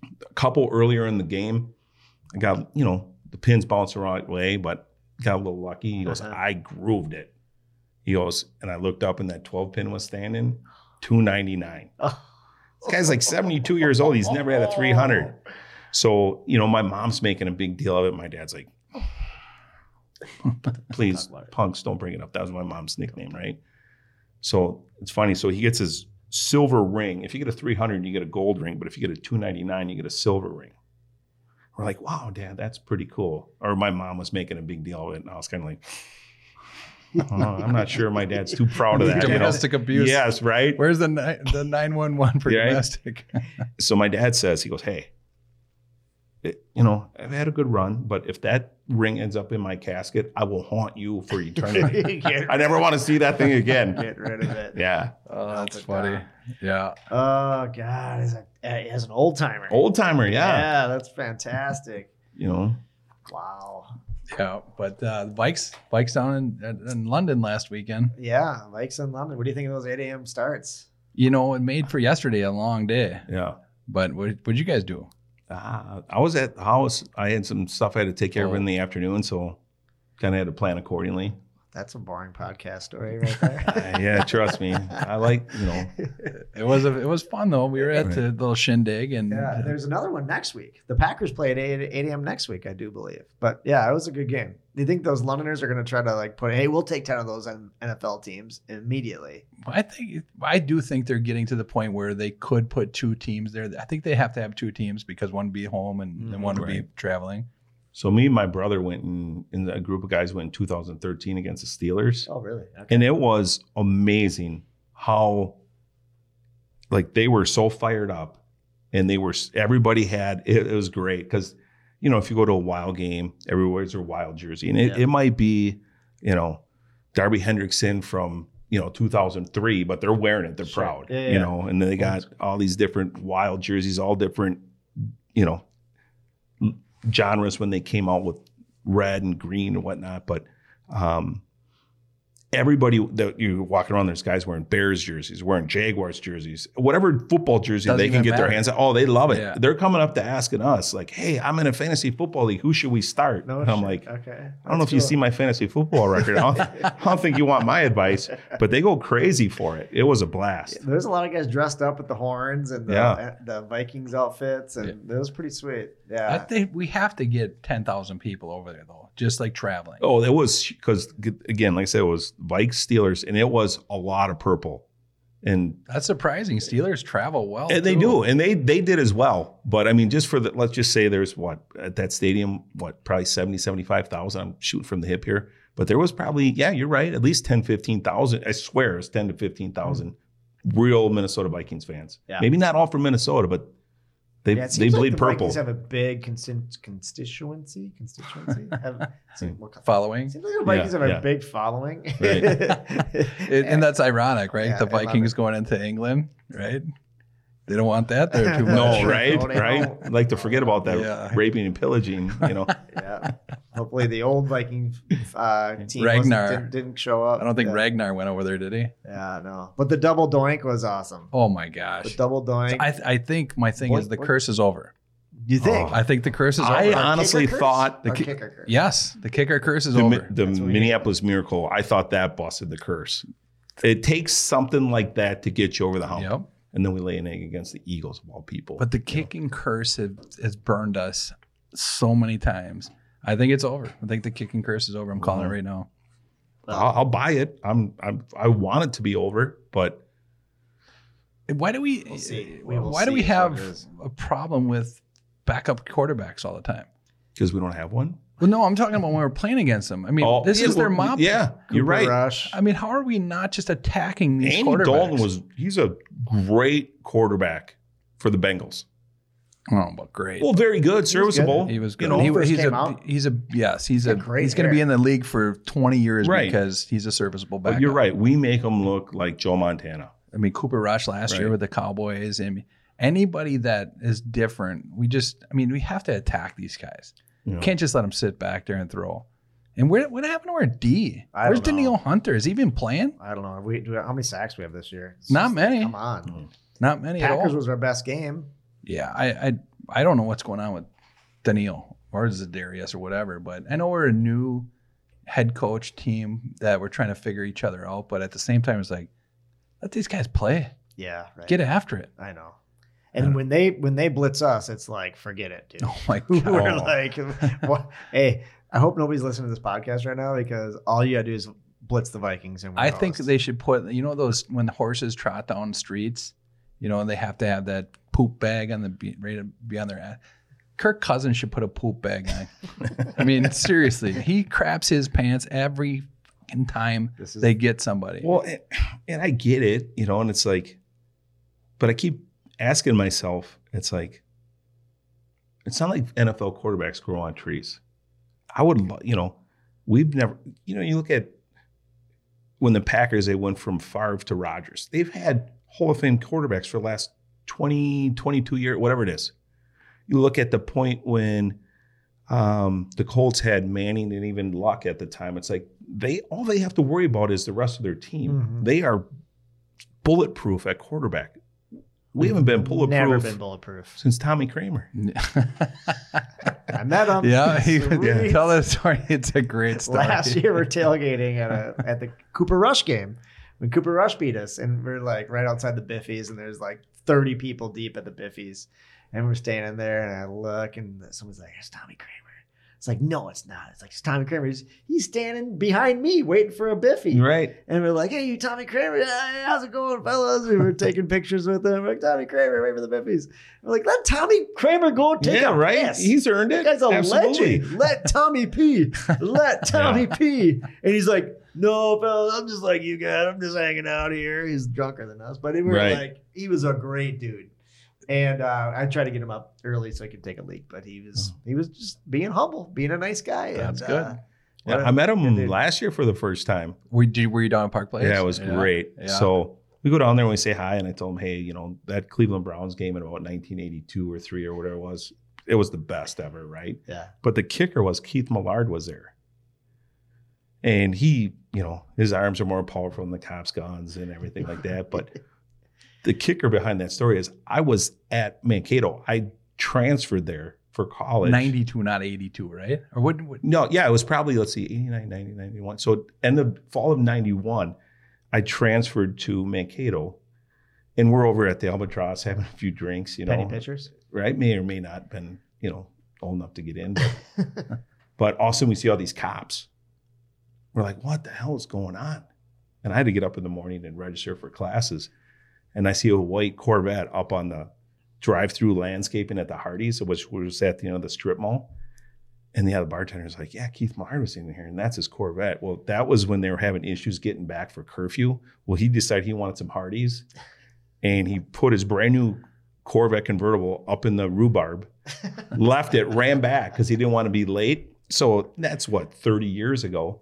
S4: a couple earlier in the game, I got, you know, the pins bounced the right way, but got a little lucky. He goes,
S3: Uh-huh.
S4: I grooved it. He goes, and I looked up and that 12 pin was standing 299.
S3: Oh.
S4: This guy's like 72 years old. He's never had a 300. So, you know, my mom's making a big deal of it. My dad's like, please, punks, don't bring it up. That was my mom's nickname, right? So it's funny. So he gets his silver ring. If you get a 300, you get a gold ring. But if you get a 299, you get a silver ring. We're like, wow, dad, that's pretty cool. Or my mom was making a big deal of it. And I was kind of like, "I don't know. I'm not sure my dad's too proud of that. you know?
S2: domestic abuse.
S4: Yes, right?
S2: Where's the ni- the nine one one for
S4: Yeah, right?
S2: domestic?
S4: so my dad says, he goes, hey, it- you know, I've had a good run, but if that ring ends up in my casket, I will haunt you for eternity.
S3: get,
S4: I never want to see that thing again.
S3: get rid of it.
S4: Yeah.
S2: Oh,
S3: that's funny.
S2: Yeah.
S3: Oh God, as, a, as an old timer.
S4: Old timer. Yeah.
S3: yeah, that's fantastic.
S4: You know,
S3: Wow.
S2: Yeah. But uh, bikes, bikes down in, in London last weekend.
S3: Yeah, Lakes in London. What do you think of those 8 a.m. starts?
S2: You know, it made for yesterday a long day.
S4: yeah.
S2: But what would you guys do?
S4: Ah, I was at the house. I had some stuff I had to take care of in the afternoon. So kind of had to plan accordingly.
S3: That's a boring podcast story right there.
S4: Uh, yeah. Trust me. I like, you know,
S2: It was a, it was fun though. We were at the little shindig and
S3: yeah, there's another one next week. The Packers play at 8, 8 a.m. next week, I do believe. But yeah, it was a good game. Do you think those Londoners are going to try to like put, hey, we'll take 10 of those N- NFL teams immediately?
S2: I think I do think they're getting to the point where they could put two teams there. I think they have to have two teams because one would be home and, and one would be traveling.
S4: so me and my brother went and, and a group of guys went in 2013 against the Steelers.
S3: Oh, really? Okay.
S4: and it was amazing how like they were so fired up and they were everybody had it, it was great because you know if you go to a wild game everywhere's a wild jersey and it,
S3: Yeah.
S4: it might be you know darby hendrickson from you know 2003 but they're wearing it they're
S3: Sure.
S4: proud
S3: Yeah,
S4: you
S3: yeah.
S4: know and then they got all these different wild jerseys all different you know genres when they came out with red and green and whatnot but um everybody that you walking around, there's guys wearing Bears jerseys, wearing Jaguars jerseys, whatever football jersey
S2: Doesn't
S4: they can
S2: even
S4: get their
S2: matter.
S4: hands on. Oh, they love it.
S2: Yeah.
S4: They're coming up to asking us, like, "Hey, I'm in a fantasy football league. Who should we start?"
S3: No
S4: and I'm
S3: shit.
S4: like,
S3: okay.
S4: "I don't know if you see my fantasy football record. I don't, I don't think you want my advice." But they go crazy for it. It was a blast.
S3: There's a lot of guys dressed up with the horns and the, eh,
S4: Yeah.
S3: the Vikings outfits, and that was pretty sweet. Yeah.
S2: I think we have to get ten thousand people over there though, just like traveling.
S4: Oh, it was because again, like I said, it was Vikes Steelers, and it was a lot of purple, and
S2: That's surprising. Steelers travel well.
S3: Oh,
S4: and they
S2: too.
S4: do, and they they did as well. But I mean, just for the let's just say there's what at that stadium, what probably 70, 75,000. I'm shooting from the hip here, but there was probably yeah, you're right, at least 10, 15,000. I swear it's 10 to 15,000 real Minnesota Vikings fans.
S3: Mm-hmm. Yeah.
S4: Maybe not all from Minnesota, but they
S3: Yeah, it
S4: they
S3: seems like
S4: bleed
S3: the
S4: purple.
S3: Vikings have a big consin- constituency. Constituency. have, seems like
S2: following.
S3: the Vikings
S4: Yeah,
S3: have
S4: yeah.
S3: a big following.
S4: Right.
S2: It, and that's ironic, right?
S3: Yeah,
S2: the
S3: I love it.
S2: Vikings going into England, right? They don't want that there too much.
S4: no,
S3: Sure,
S4: right,
S3: no, they Oh.
S4: right.
S3: don't.
S4: Like to forget about that
S2: Yeah.
S4: raping and pillaging, you know.
S3: yeah. Hopefully, the old Viking uh, team wasn't-
S2: Ragnar.
S3: Didn't, didn't show up.
S2: I don't think
S3: yeah.
S2: Ragnar went over there, did he?
S3: Yeah, no. But the double doink was awesome.
S2: Oh my
S3: The
S2: gosh.
S3: double doink.
S2: I, I think my thing is
S3: Boink,
S2: the
S3: boink.
S2: curse is over.
S3: you think?
S4: Oh,
S2: I think the curse is
S4: I-
S2: over.
S3: Our
S4: honestly
S3: kicker curse?
S4: thought the
S3: Our
S4: ki-
S3: kicker curse.
S2: Yes, the kicker curse is
S4: the, Mi-
S2: over.
S4: the
S3: That's what we
S4: Minneapolis Miracle, I thought that busted the curse. It takes something like that to get you over the hump.
S2: Yep.
S4: and then we lay an egg against the Eagles of all people.
S2: But the kicking curse have, has burned us so many times. I think it's over. I think the kicking curse is over. I'm calling
S4: Mm-hmm.
S2: it right now.
S4: I'll, I'll buy it. I'm, I'm I want it to be over, but
S2: Why do we?
S3: We'll see. We will
S2: why do we
S3: see what
S2: have
S3: it is.
S2: a problem with backup quarterbacks all the time?
S4: because we don't have one.
S2: Well, no, I'm talking about when we're playing against them. I mean,
S4: Oh,
S2: this
S4: yeah,
S2: is their
S4: well,
S2: mom.
S4: Yeah, you're
S3: Cooper
S4: right.
S3: Rush.
S2: I mean, how are we not just attacking these
S4: Andy
S2: quarterbacks?
S4: Dalton was he's a great quarterback for the Bengals.
S2: I don't know about Oh, great.
S4: Well, very good,
S3: He was good.
S4: serviceable.
S2: he was good.
S4: You know,
S2: he,
S3: first
S2: he's
S3: came
S2: a
S3: out.
S2: he's a yes. He's a
S3: Got great
S2: he's going to
S3: hair.
S2: be in the league for 20 years
S4: Right.
S2: because he's a serviceable backup.
S4: but you're right. We make him look like Joe Montana.
S2: I mean, Cooper Rush last year
S4: Right.
S2: with the Cowboys. I mean, anybody that is different, we just, I mean, we have to attack these guys.
S4: you know.
S2: Can't just let them sit back there and throw. And where, what happened to our D?
S3: I
S2: Where's
S3: don't know.
S2: Daniil Hunter? Is he even playing?
S3: I don't know. Have we do how many sacks we have this year? It's
S2: Not
S3: just-
S2: many.
S3: Come on.
S2: Not many at
S3: Packers
S2: all.
S3: was our best game.
S2: yeah, I, I, I don't know what's going on with Daniil or Zadarius or whatever, but I know we're a new head coach team that we're trying to figure each other out. But at the same time, it's like, let these guys play,
S3: Yeah. Right.
S2: get after it.
S3: I know. And when they when they blitz us, it's like forget it, dude.
S2: Oh my God.
S3: We're like, what? hey, I hope nobody's listening to this podcast right now because all you gotta do is blitz the Vikings. And we're
S2: I think
S3: lost.
S2: they should put you know those when the horses trot down streets, you know, and they have to have that poop bag on the be- right beyond their ass. Kirk Cousins should put a poop bag on. I mean, seriously, he craps his pants every fucking time
S3: this is
S2: they get somebody.
S4: Well, and, and I get it, you know, and it's like, but I keep asking myself, it's like, it's not like NFL quarterbacks grow on trees. I would, lo- you know, we've never, you know, you look at when the Packers, they went from Favre to Rodgers. They've had Hall of Fame quarterbacks for the last 20, 22 year, whatever it is. You look at the point when um, the Colts had Manning and even Luck at the time. It's like they all they have to worry about is the rest of their team.
S3: Mhm.
S4: They are bulletproof at quarterback. We haven't been
S3: Never
S4: bulletproof
S3: been bulletproof.
S4: since Tommy Kramer.
S3: I met them.
S2: yeah, he
S3: Sweet.
S2: tell that story. It's a great story.
S3: Last year, we're tailgating at a at the Cooper Rush game when Cooper Rush beat us, and we're like right outside the Biffys, and there's like 30 people deep at the Biffys, and we're standing there, and I look, and someone's like, "It's Tommy Kramer." It's like, no, it's not. It's like it's Tommy Kramer. He's, he's standing behind me, waiting for a Biffy.
S4: Right.
S3: And we're like, hey, you Tommy Kramer, Hey, how's it going, fellas? We were taking pictures with him. We're like, Tommy Kramer, wait for the Biffies. We're like, let Tommy Kramer go take
S4: yeah,
S3: a
S4: right.
S3: piss.
S4: He's earned it.
S3: that guy's a
S4: Absolutely.
S3: legend. Let Tommy pee. Let Tommy pee. And he's like, no, fellas, I'm just like you guys. I'm just hanging out here. He's drunker than us. But we were
S4: Right.
S3: like, he was a great dude. And uh, I tried to get him up early so I could take a leak, but he
S4: Mm.
S3: was he was just being humble, being a nice guy.
S2: That's
S3: and,
S2: good.
S3: uh,
S4: Yeah,
S3: what a-
S4: I met
S3: good
S4: him
S3: dude.
S4: last year for the first time.
S2: we did. Were you down at Park Place?
S4: Yeah, it was great.
S2: yeah.
S4: So we go down there and we say hi, and I told him, hey, you know, that Cleveland Browns game in about 1982 or three or whatever it was, it was the best ever, right?
S3: yeah.
S4: But the kicker was Keith Millard was there. And he, you know, his arms are more powerful than the cops' guns and everything like that. But the kicker behind that story is I was at Mankato. I transferred there for college.
S2: 92, not 82, right? Or what? what
S4: No, yeah, it was probably, let's see, 89, 90, 91. So in the fall of 91, I transferred to Mankato. And we're over at the Albatross having a few drinks, you know
S3: Penny pitchers.
S4: right? May or may not been, you know, old enough to get in. But, but all of a sudden we see all these cops. We're like, what the hell is going on? And I had to get up in the morning and register for classes. And I see a white Corvette up on the drive through landscaping at the Hardee's, which was at the end of the strip mall. And the other bartender's like, yeah, Keith Meyer was in here, and that's his Corvette. Well, that was when they were having issues getting back for curfew. Well, he decided he wanted some Hardee's, and he put his brand new Corvette convertible up in the rhubarb, left it, ran back because he didn't want to be late. So that's what, 30 years ago.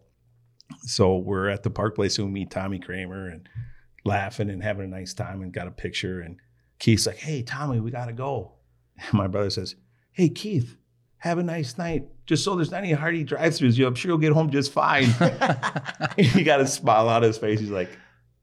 S4: So we're at the park place and we meet Tommy Kramer and laughing and having a nice time and got a picture. And Keith's like, hey, Tommy, we got to go. And my brother says, hey, Keith, have a nice night. Just so there's not any hardy drive throughs, I'm sure you'll get home just fine. he got a smile on his face. He's like,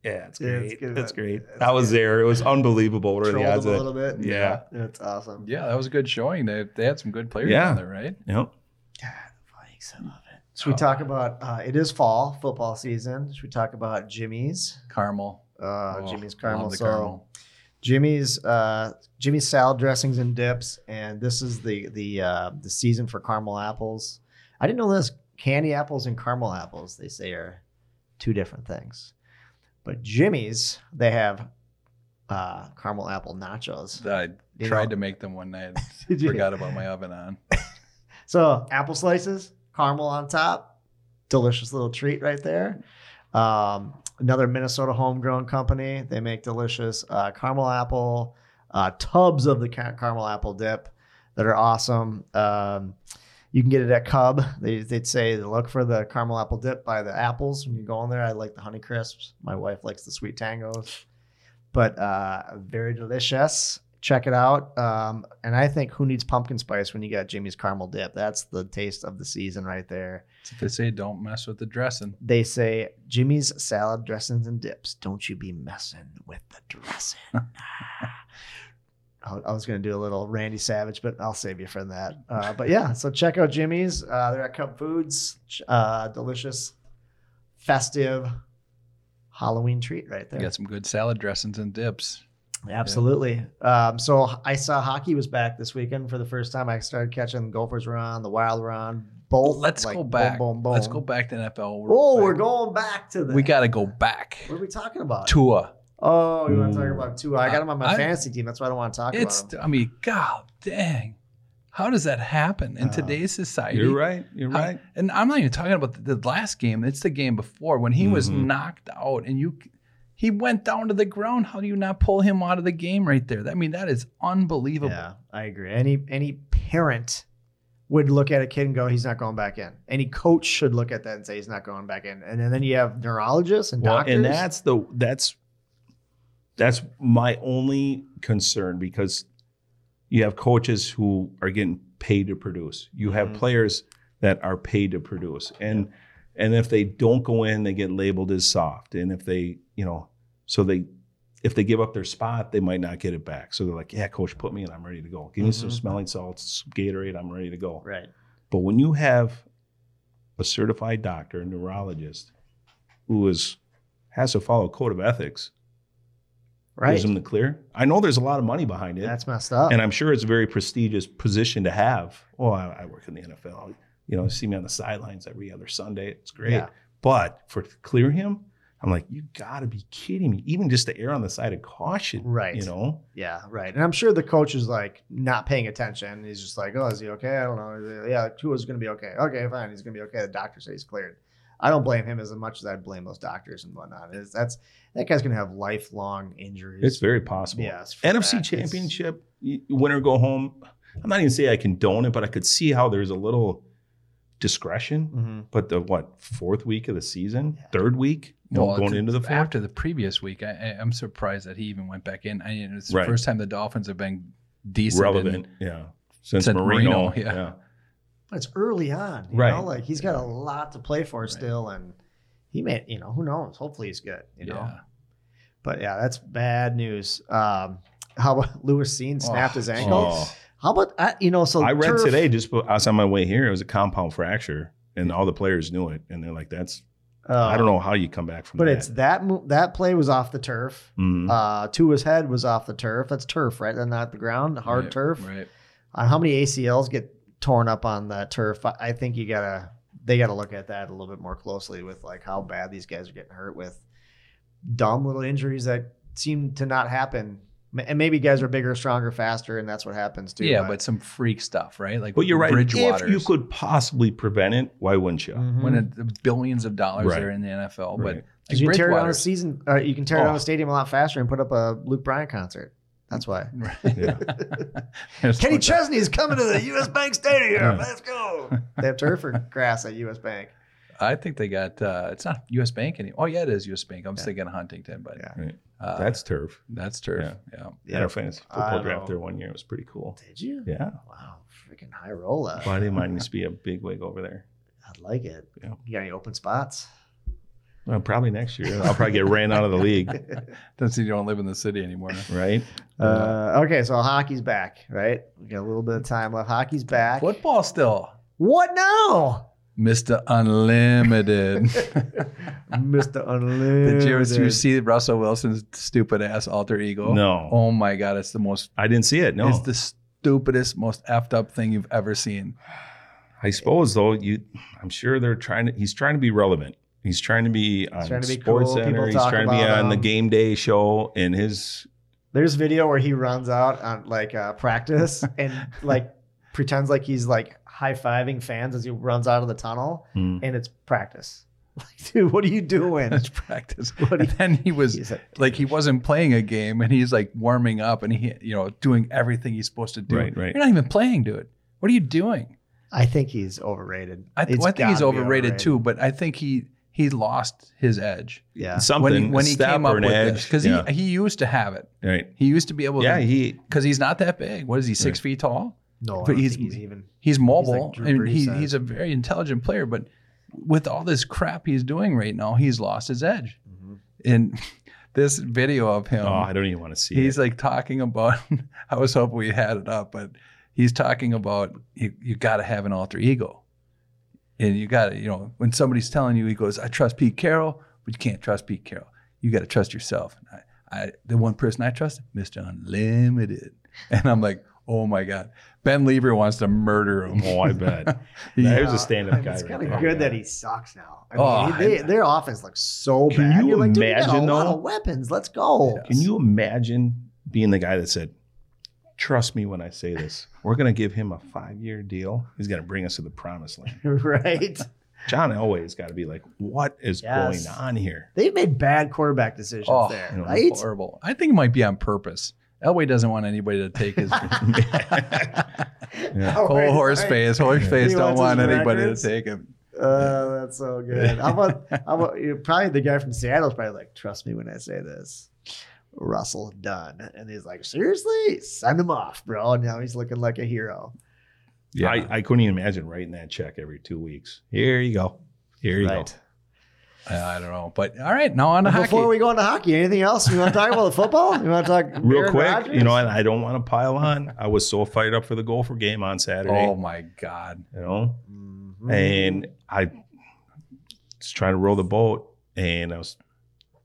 S4: yeah, it's
S3: Yeah, it's
S4: great.
S3: good.
S4: That's great.
S3: That's
S4: I was
S3: good.
S4: there. It was unbelievable. What are the
S3: Trolled
S4: odds
S3: him
S4: of
S3: a
S4: that?
S3: little bit.
S4: Yeah.
S3: That's awesome.
S2: yeah, that was a good showing. They, they had some good players
S4: Yeah.
S2: down there, right?
S4: Yep.
S3: God, the Vikes, I love it. Should we
S4: Oh.
S3: talk about uh, it is fall football season? Should we talk about Jimmy's?
S2: Carmel.
S3: Uh,
S2: Oh,
S3: Jimmy's
S2: love
S3: caramel.
S2: the
S3: So
S2: Carmel.
S3: Jimmy's uh, Jimmy's salad dressings and dips, and this is the the uh, the season for caramel apples. I didn't know this. Candy apples and caramel apples, they say, are two different things. But Jimmy's, they have uh, caramel apple nachos.
S2: I
S3: You
S2: tried
S3: know.
S2: to make them one night.
S3: Did you-
S2: Forgot about my oven on.
S3: So apple slices, caramel on top, delicious little treat right there. Um, another Minnesota homegrown company. They make delicious uh, caramel apple uh, tubs of the ca- caramel apple dip that are awesome. Um, you can get it at Cub. They, they'd say to look for the caramel apple dip by the apples when you go in there. I like the honey crisps. My wife likes the sweet tangos, but uh, very delicious. Check it out. Um, and I think who needs pumpkin spice when you got Jimmy's caramel dip? That's the taste of the season right there.
S2: They say don't mess with the dressing.
S3: They say Jimmy's salad dressings and dips. Don't you be messing with the dressing. Ah. Oh, I I was going to do a little Randy Savage, but I'll save you from that. Uh, but yeah, so check out Jimmy's. Uh, they're at Cub Foods. Ch- Uh, delicious, festive Halloween treat right
S2: You
S3: there.
S2: got some good salad dressings and dips.
S3: Absolutely. Um, so I saw hockey was back this weekend for the first time. I started catching the Gophers were on, the Wild were on. Both.
S2: Let's
S3: like,
S2: go
S3: boom,
S2: back.
S3: boom, boom.
S2: Let's go back to NFL.
S3: Oh, we're going back to the.
S2: We got to go back.
S3: What are we talking about?
S2: Tua.
S3: Oh, you want to
S4: Ooh.
S3: talk about two? I got him on my
S2: I-
S3: fantasy team. That's why I don't want to talk
S2: It's.
S3: about him.
S2: I mean, God dang. How does that happen in
S3: Uh,
S2: today's society?
S4: You're right. You're
S2: How-
S4: right.
S2: And I'm not even talking about the, the last game. It's the game before when he was
S4: Mhm.
S2: knocked out and you he went down to the ground. How do you not pull him out of the game right there? I mean, that is unbelievable.
S3: Yeah, I agree. Any any parent would look at a kid and go, "He's not going back in." Any coach should look at that and say, "He's not going back in." And then, then you have neurologists and
S4: Well,
S3: doctors.
S4: and that's the that's that's my only concern because you have coaches who are getting paid to produce. You have
S3: Mhm.
S4: players that are paid to produce, and and if they don't go in, they get labeled as soft. And if they, you know, so they if they give up their spot, they might not get it back. So they're like, "Yeah, coach, put me in. I'm ready to go. Give me some
S3: Mhm.
S4: smelling salts, some Gatorade. I'm ready to go."
S3: right.
S4: But when you have a certified doctor, a neurologist, who is has to follow a code of ethics,
S3: Right.
S4: gives them the clear. I know there's a lot of money behind it,
S3: That's messed up.
S4: and I'm sure it's a very prestigious position to have. Oh, I, I work in the NFL. You know, you see me on the sidelines every other Sunday. It's great.
S3: Yeah.
S4: But for to clear him, I'm like, you got to be kidding me. Even just to err on the side of caution,
S3: Right.
S4: You know,
S3: Yeah, right. And I'm sure the coach is like not paying attention. He's just like, oh, is he okay? I don't know. Yeah, Tua's going to be okay. Okay, fine. He's going to be okay. The doctor says he's cleared. I don't blame him as much as I blame those doctors and whatnot. It's, that's that guy's going to have lifelong injuries.
S4: it's very possible.
S3: yes. for
S4: NFC
S3: that. It's-
S4: Championship, y- winner go home. I'm not even saying I condone it, but I could see how there's a little discretion.
S3: Mhm.
S4: But the what fourth week of the season,
S3: Yeah.
S4: third week, you know,
S2: Well,
S4: going into the fourth.
S2: after the previous week, I, I, I'm surprised that he even went back in. I mean, it's
S4: Right.
S2: the first time the Dolphins have been decent. and-
S4: relevant, yeah. Since,
S2: Since
S4: Marino,
S2: Marino, yeah.
S3: It's early on, you
S4: Right.
S3: Know? Like he's got a lot to play for
S2: Right.
S3: still, and he may, you know, who knows? Hopefully he's good, you know.
S2: Yeah.
S3: But yeah, that's bad news. Um, how about Lewis Seen snapped
S2: Oh,
S3: his ankle?
S4: Oh.
S3: How about I, you know? So
S4: I read
S3: Oh, turf-
S4: today just be- I was on my way here. It was a compound fracture, and all the players knew it, and they're like, "That's
S3: Uh,
S4: I don't know how you come back from
S3: But
S4: that."
S3: it's that mo- that play was off the turf.
S4: Mhm.
S3: Uh, Tua's head was off the turf. That's turf, right? And not the ground, hard
S2: Right,
S3: turf.
S2: Right.
S3: Uh, how many ACLs get torn up on that turf? I, I think you gotta they gotta look at that a little bit more closely with like how bad these guys are getting hurt with dumb little injuries that seem to not happen. M- And maybe guys are bigger, stronger, faster, and that's what happens too.
S2: yeah, but some freak stuff, right? Like
S4: but you're right. If
S2: Bridgewater's,
S4: you could possibly prevent it, why wouldn't you?
S3: Mhm.
S2: when it, the billions of dollars
S4: Right.
S2: are in the NFL,
S4: Right.
S2: but
S3: 'Cause you can tear down a
S2: Bridgewater's-
S3: season, uh, you can tear down
S4: Oh.
S3: a stadium a lot faster and put up a Luke Bryan concert. That's why.
S4: Yeah.
S2: There's
S3: Kenny
S2: no doubt.
S3: Chesney's coming to the U.S. Bank Stadium.
S4: Yeah.
S3: Let's go. They have turf or grass at U.S. Bank.
S2: I think they got uh, it's not U.S. Bank anymore. Oh yeah, it is U.S. Bank. I'm thinking of Huntington, but
S3: Yeah.
S4: Right.
S2: uh,
S4: That's turf.
S2: that's turf. Yeah.
S4: Yeah. our fantasy
S3: I
S4: football
S3: don't
S4: draft
S3: know.
S4: there one year. It was pretty cool.
S3: Did you?
S4: Yeah.
S3: Wow, freaking high roller. I
S4: Body of mine used to be a big wig over there.
S3: like it.
S4: Yeah.
S3: You got any open spots?
S4: Well, probably next year. I'll probably get ran out of the league,
S2: That's you don't live in the city anymore.
S4: right?
S3: Uh, okay, so hockey's back, right? We got a little bit of time left. Hockey's back.
S2: Football still.
S3: What now?
S2: Mr. Unlimited.
S3: Mr. Unlimited.
S2: Did you ever did you see Russell Wilson's stupid ass alter ego?
S4: No.
S2: Oh my God, it's the most,
S4: I didn't see it. No,
S2: it's the stupidest, most effed up thing you've ever seen.
S4: I suppose though you, I'm sure they're trying to. He's trying to be relevant. He's trying to be on
S3: trying to be
S4: Sports
S3: cool. People
S4: Center. He's
S3: talk
S4: trying to be
S3: about
S4: on the
S3: him.
S4: game day show. And his
S3: There's video where he runs out on like uh, practice and like pretends like he's like high fiving fans as he runs out of the tunnel,
S4: Hmm.
S3: and it's practice. Like, dude, what are you doing?
S2: That's practice.
S3: What
S2: and
S3: he-
S2: then he was
S3: He's like,
S2: like he wasn't playing a game and he's like warming up and he you know doing everything he's supposed to do.
S4: Right, right.
S2: You're not even playing, dude. What are you doing?
S3: I think he's overrated.
S2: I, th-
S3: It's
S2: well, I think he's
S3: gotta be
S2: overrated, too, but I think he he lost his edge
S3: Yeah.
S4: something
S2: when he, when
S4: a
S2: he
S4: step
S2: came
S4: or
S2: up
S4: an
S2: with
S4: edge.
S2: this because
S4: yeah.
S2: he he used to have it.
S4: right.
S2: He used to be able
S4: Yeah,
S2: to
S4: he
S2: because he's not that big. What is he? Six feet tall. But
S3: No, I don't
S2: he's-
S3: think he's even.
S2: He's mobile
S3: Drew
S2: and
S3: Brees
S2: he,
S3: size.
S2: he's a very intelligent player, but with all this crap he's doing right now, he's lost his edge. And this video of him,
S4: oh, I don't even want to see
S2: he's
S4: it.
S2: like talking about i was hoping we had it up but he's talking about you, you got to have an alter ego and you got to you know when somebody's telling you he goes i trust pete carroll but you can't trust pete carroll you got to trust yourself and I, I the one person i trust mr unlimited and i'm like oh my god ben lieber wants to murder him
S4: oh, I bet.
S2: He-
S4: There's
S3: Yeah.
S4: a stand-up
S3: I mean,
S4: guy
S3: It's
S4: right
S3: kind of
S4: there.
S3: good that he sucks now. I
S2: Oh,
S3: mean, he- they-
S2: I-
S3: their offense looks so
S4: Can
S3: bad.
S4: you
S3: You're like, dude, we got
S4: imagine,
S3: a lot
S4: though?
S3: of weapons. Let's go.
S4: Can you imagine being the guy that said, "Trust me when I say this. We're going to give him a five-year deal. He's going to bring us to the promised land."
S3: right?
S4: John Elway's got to be like, "What is
S3: Yes.
S4: going on here?"
S3: They've made bad quarterback decisions
S2: oh,
S3: there,
S4: you know,
S3: right?
S2: horrible i think it might be on purpose elway doesn't want anybody to take his
S4: Yeah.
S3: Oh,
S2: whole
S3: right,
S2: horse
S3: right.
S2: face horse face
S3: He
S2: don't
S3: wants his
S2: want anybody
S3: records.
S2: to take him
S3: Uh, that's so good. How about, how about you probably the guy from Seattle's probably like, trust me when I say this. Russell Dunn. And he's like, seriously? Send him off, bro. And now he's looking like a hero.
S2: Yeah.
S4: I, I couldn't even imagine writing that check every two weeks. Here you go. Here you
S3: Right.
S2: I don't know, but all right, now on to
S3: But
S2: hockey.
S3: Before we go into hockey, anything else you want to talk about the football? You want to talk
S4: go. Real
S3: Aaron
S4: quick,
S3: Rodgers?
S4: you know, and I don't want to pile on. I was so fired up for the Gopher game on Saturday,
S2: oh my god!
S4: you know,
S3: Mhm.
S4: and I was trying to row the boat and I was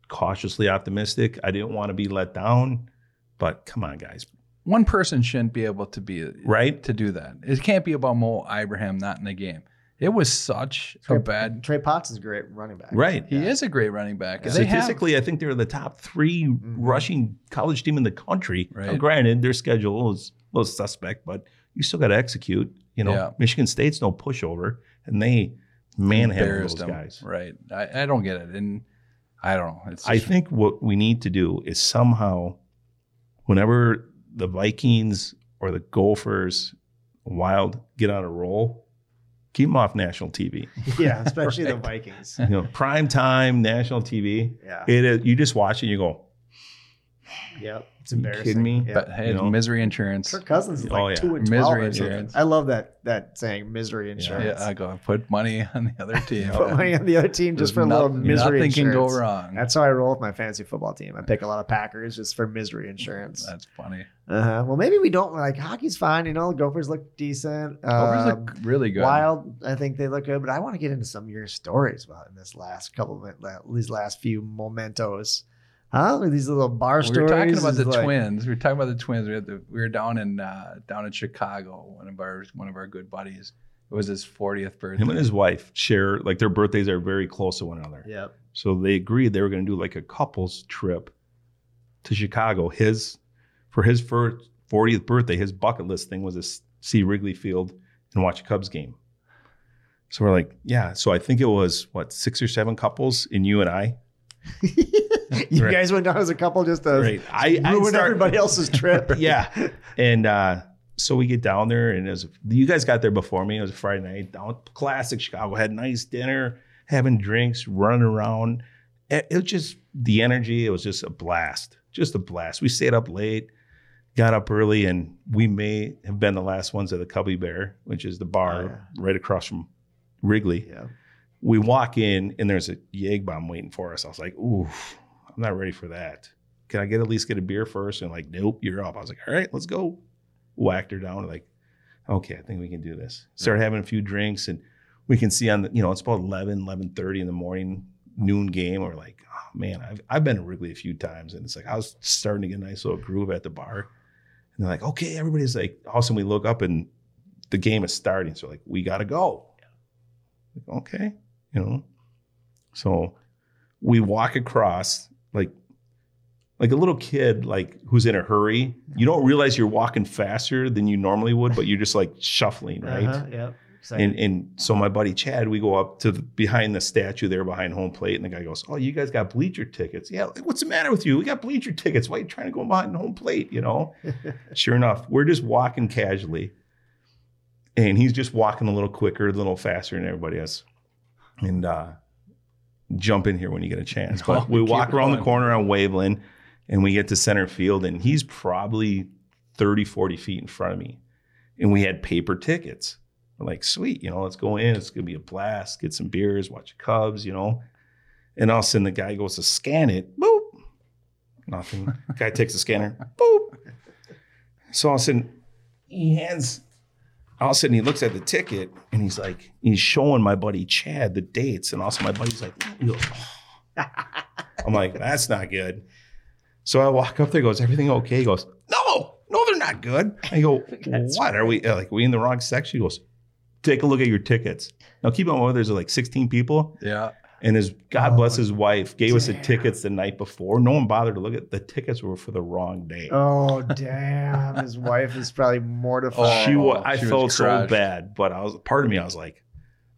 S4: cautiously optimistic. I didn't want to be let down, but come on, guys.
S2: One person shouldn't be able to be
S4: Right?
S2: to do that. It can't be about Mo Ibrahim not in the game. It was such a bad.
S3: Trey Potts is a great running back.
S4: Right.
S2: He is a great running back. They have- Mm-hmm.
S4: Statistically, I think they're the top 3 rushing college team in the country. Now,
S2: Right.
S4: granted, their schedule is a little suspect, but you still got to execute. You know,
S2: Yeah.
S4: Michigan State's no pushover, and they manhandle
S2: embarrassed
S4: those
S2: him.
S4: guys.
S2: right? I, I don't get it, and I don't know. It's
S4: I
S2: just-
S4: think what we need to do is somehow, whenever the Vikings or the Gophers, Wild get on a roll, keep them off national TV.
S3: Yeah, especially the
S2: Right.
S3: Vikings.
S4: You know, prime time national TV.
S3: Yeah.
S4: It is. You just watch it, and you go,
S3: Yep. It's
S4: You kidding
S3: embarrassing.
S4: me?
S3: Yeah.
S2: but hey,
S4: you know.
S2: misery insurance.
S3: Kirk Cousins is like
S4: Oh, yeah.
S3: two and
S2: Misery
S3: twelve. or something.
S2: insurance.
S3: I love that that saying, misery insurance.
S2: Yeah, I go put money on the other team.
S3: Put money on the other team just for a little
S2: Noth-
S3: misery
S2: Nothing
S3: insurance.
S2: can go wrong. That's,
S3: That's how I roll with my fantasy football team. I pick a lot of Packers just for misery insurance.
S2: funny.
S3: Uh-huh. Well, maybe we don't like hockey's fine. You know, the Gophers look decent.
S2: Gophers
S3: Um,
S2: look really good.
S3: Wild, I think they look good, but I want to get into some of your stories about in this last couple of min- la- these last few mementos. Huh? With These little bar
S2: we
S3: stories.
S2: were talking about
S3: is
S2: the
S3: like-
S2: twins. We were talking about the twins. We had the, we were down in uh, down in Chicago. One of our one of our good buddies. It was his 40th birthday.
S4: Him and his wife share like their birthdays are very close to one another.
S3: Yep.
S4: So they agreed they were going to do like a couples trip to Chicago. His for his first 40th birthday, his bucket list thing was to s- see Wrigley Field and watch a Cubs game. So we're like, yeah. So I think it was what six or seven couples in you and I.
S3: you
S4: Right.
S3: guys went down as a couple just to
S4: I I
S3: ruin
S4: start-
S3: everybody else's trip.
S4: Yeah. And uh, so we get down there, and as you guys got there before me, it was a Friday night. Down classic Chicago, had nice dinner, having drinks, running around. It it was just the energy. It was just a blast, just a blast. We stayed up late, got up early, and we may have been the last ones at the Cubby Bear, which is the bar
S3: Oh, yeah.
S4: right across from Wrigley
S3: Yeah.
S4: we walk in and there's a Yag bomb waiting for us. I was like, ooh, I'm not ready for that. Can I get at least get a beer first? And like, nope, you're up. I was like, all right, let's go. Whacked her down. Like, okay, I think we can do this. Started having a few drinks and we can see on the, you know, it's about 11, 11.30 in the morning, noon game. Or like, oh man, I've, I've been to Wrigley a few times and it's like, I was starting to get a nice little groove at the bar. And they're like, okay, everybody's like, all of a sudden we look up and the game is starting. So like, we got to go. Like, okay, you know. So we walk across like like a little kid like who's in a hurry. You don't realize you're walking faster than you normally would, but you're just like shuffling, right?
S3: Uh-huh, yep. So,
S4: And and so my buddy Chad, we go up to the, behind the statue there behind home plate, and the guy goes, "Oh, you guys got bleacher tickets? Yeah, like, what's the matter with you? We got bleacher tickets. Why are you trying to go behind home plate? You know?" sure enough, we're just walking casually, and he's just walking a little quicker, a little faster than everybody else, and uh, jump in here when you get a chance. But we
S2: Keep
S4: walk around the
S2: going.
S4: corner on Waveland, and we get to center field, and he's probably 30, 40 feet in front of me, and we had paper tickets. We're like, sweet, you know, let's go in. It's gonna be a blast. Get some beers, watch the Cubs, you know. And all of a sudden, the guy goes to scan it. Boop. Nothing. guy takes the scanner. Boop. So all of a sudden, he hands. All of a sudden, he looks at the ticket and he's like, he's showing my buddy Chad the dates, and also my buddy's like, he goes, "Oh." I'm like, that's not good. So I walk up there. Goes everything okay? He goes, no, no, they're not good. I go, what are we uh, like? We in the wrong section? He goes, take a look at your tickets. Now keep in mind, there's like 16 people,
S2: Yeah.
S4: and his God
S3: Oh,
S4: bless his wife gave us the
S3: damn.
S4: tickets the night before. No one bothered to look at the tickets were for the wrong day.
S3: oh damn! His wife is probably mortified.
S2: Oh,
S4: she was, I
S2: she was
S4: felt so
S2: crushed.
S4: bad, but I was part of me. I was like,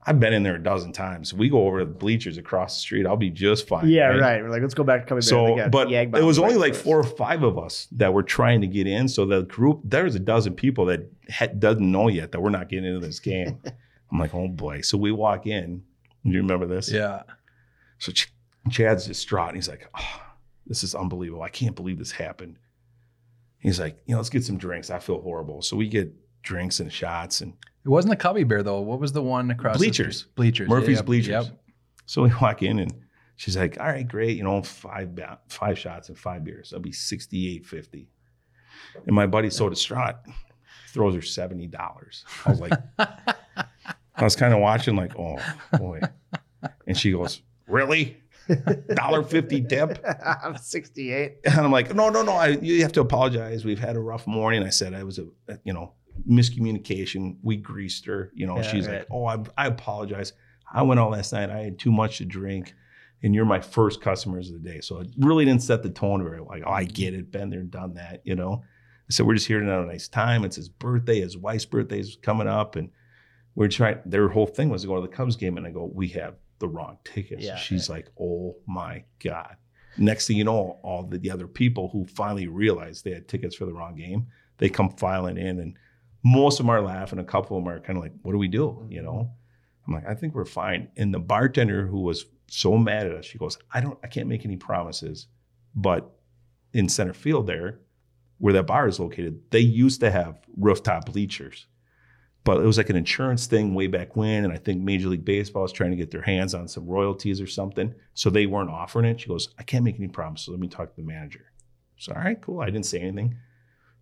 S4: I've been in there a dozen times. We go over to the bleachers across the street. I'll be just fine.
S3: yeah, right. We're like, let's go back to coming
S4: Oh, So,
S3: back.
S4: but it was only like four or five of us that were trying to get in. So the group, there's a dozen people that had, doesn't know yet that we're not getting into this game. I'm like, oh boy. So we walk in. Do you remember this?
S2: Yeah.
S4: So Ch- Chad's distraught and he's like, oh, this is unbelievable. I can't believe this happened. He's like, you know, let's get some drinks. I feel horrible. So we get drinks and shots and
S2: It wasn't the Cubby Bear though. What was the one across the
S4: Bleachers.
S2: street? bleachers. Yeah,
S4: Murphy's
S2: yep,
S4: Bleachers.
S2: Yep.
S4: So we walk in and she's like, "All right, great. You know, five ba- five shots and five beers. That'll be sixty eight fifty. And my buddy's so distraught, throws her seventy dollars. I was like, I was kind of watching, like, oh boy. And she goes, "Really? Dollar fifty dip?"
S3: I'm 68.
S4: And I'm like, no, no, no. I, you have to apologize. We've had a rough morning. I said I was a, you know, miscommunication. We greased her. You know,
S3: Yeah,
S4: she's
S3: right.
S4: like, oh, I, I apologize. I went out last night. I had too much to drink, and you're my first customers of the day. So it really didn't set the tone very well. Like, oh, I get it. Been there, done that. You know. I said we're just here to have a nice time. It's his birthday. His wife's birthday is coming up, and we're trying. Their whole thing was to go to the Cubs game, and I go, we have the wrong tickets.
S3: Yeah,
S4: she's like, oh my god. Next thing you know, all the, the other people who finally realized they had tickets for the wrong game, they come filing in, and most of them are laughing. A couple of them are kind of like, "What do we do?" You know. I'm like, "I think we're fine." And the bartender who was so mad at us, she goes, "I don't, I can't make any promises, but in center field there, where that bar is located, they used to have rooftop bleachers." But it was like an insurance thing way back when. And I think Major League Baseball was trying to get their hands on some royalties or something. So they weren't offering it. She goes, I can't make any promises. Let me talk to the manager. So, all right, cool. I didn't say anything.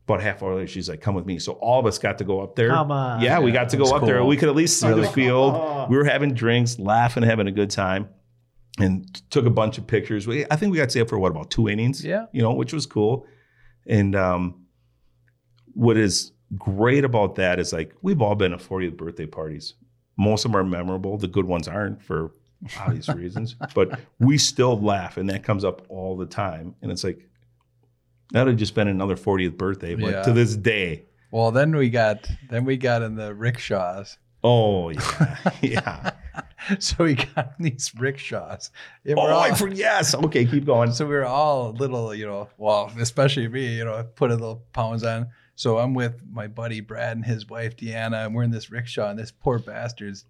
S4: About half hour later, she's like, come with me. So all of us got to go up there.
S3: Come on.
S4: Yeah, we got to go
S2: That's
S4: up there.
S2: cool.
S4: We could at least see the
S2: Really
S4: field.
S3: Oh.
S4: We were having drinks, laughing, having a good time, and t- took a bunch of pictures. We, I think we got to stay up for what about two innings?
S2: Yeah.
S4: you know, which was cool. And um, what is great about that is like we've all been to 40th birthday parties. Most of them are memorable. The good ones aren't for obvious reasons, but we still laugh, and that comes up all the time. And it's like that would have just been another 40th birthday, but
S2: Yeah.
S4: to this day,
S2: Well, then we got then we got in the rickshaws.
S4: oh yeah, yeah.
S2: So we got in these rickshaws. And
S4: Oh,
S2: we're all-
S4: I for yes. Okay, keep going.
S2: so we were all a little, you know, well, especially me, you know, put a little pounds on. So I'm with my buddy Brad and his wife Deanna, and we're in this rickshaw, and this poor bastard's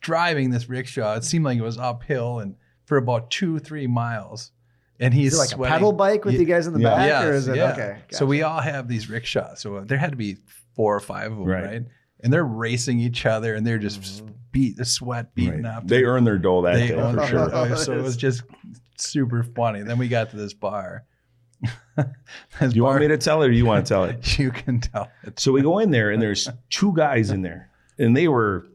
S2: driving this rickshaw. It seemed like it was uphill and for about two, three miles. And he's
S3: Is it like
S2: sweating.
S3: a pedal bike with
S2: Ye-
S3: you guys in the
S4: yeah.
S3: back,
S2: Yes,
S3: or is it
S2: yeah.
S3: okay?
S2: So we all have these rickshaws. So there had to be four or five of them,
S4: Right.
S2: right? And they're racing each other, and they're just
S3: Mm-hmm.
S2: beat the sweat beating up.
S4: They earned their dole that
S2: They
S4: day
S2: owned
S4: for
S2: it.
S4: sure.
S2: Oh, so it was just super funny. Then we got to this bar. This
S4: You want
S2: bar-
S4: me to tell it or you want to tell it?
S2: You can tell. It's
S4: So we go in there and there's two guys in there, and they were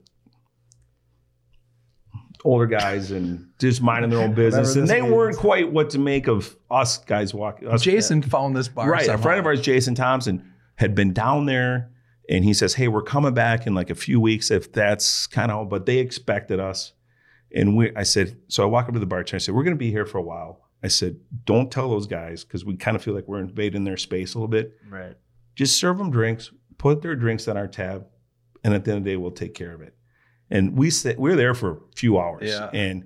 S4: older guys and just minding their own business,
S3: Whatever
S4: and
S3: this
S4: they weren't
S3: means.
S4: quite what to make of us guys walking. Us,
S2: Jason found this bar.
S4: right? A
S2: somehow.
S4: friend of ours, Jason Thompson, had been down there, and he says, "Hey, we're coming back in like a few weeks, if that's kind of." But they expected us, and we. I said, so I walk up to the bartender. I said, "We're going to be here for a while." I said, "Don't tell those guys because we kind of feel like we're invading their space a little bit.
S3: Right.
S4: Just serve them drinks, put their drinks on our tab, and at the end of the day, we'll take care of it." And we sit, we were there for a few hours,
S2: Yeah.
S4: and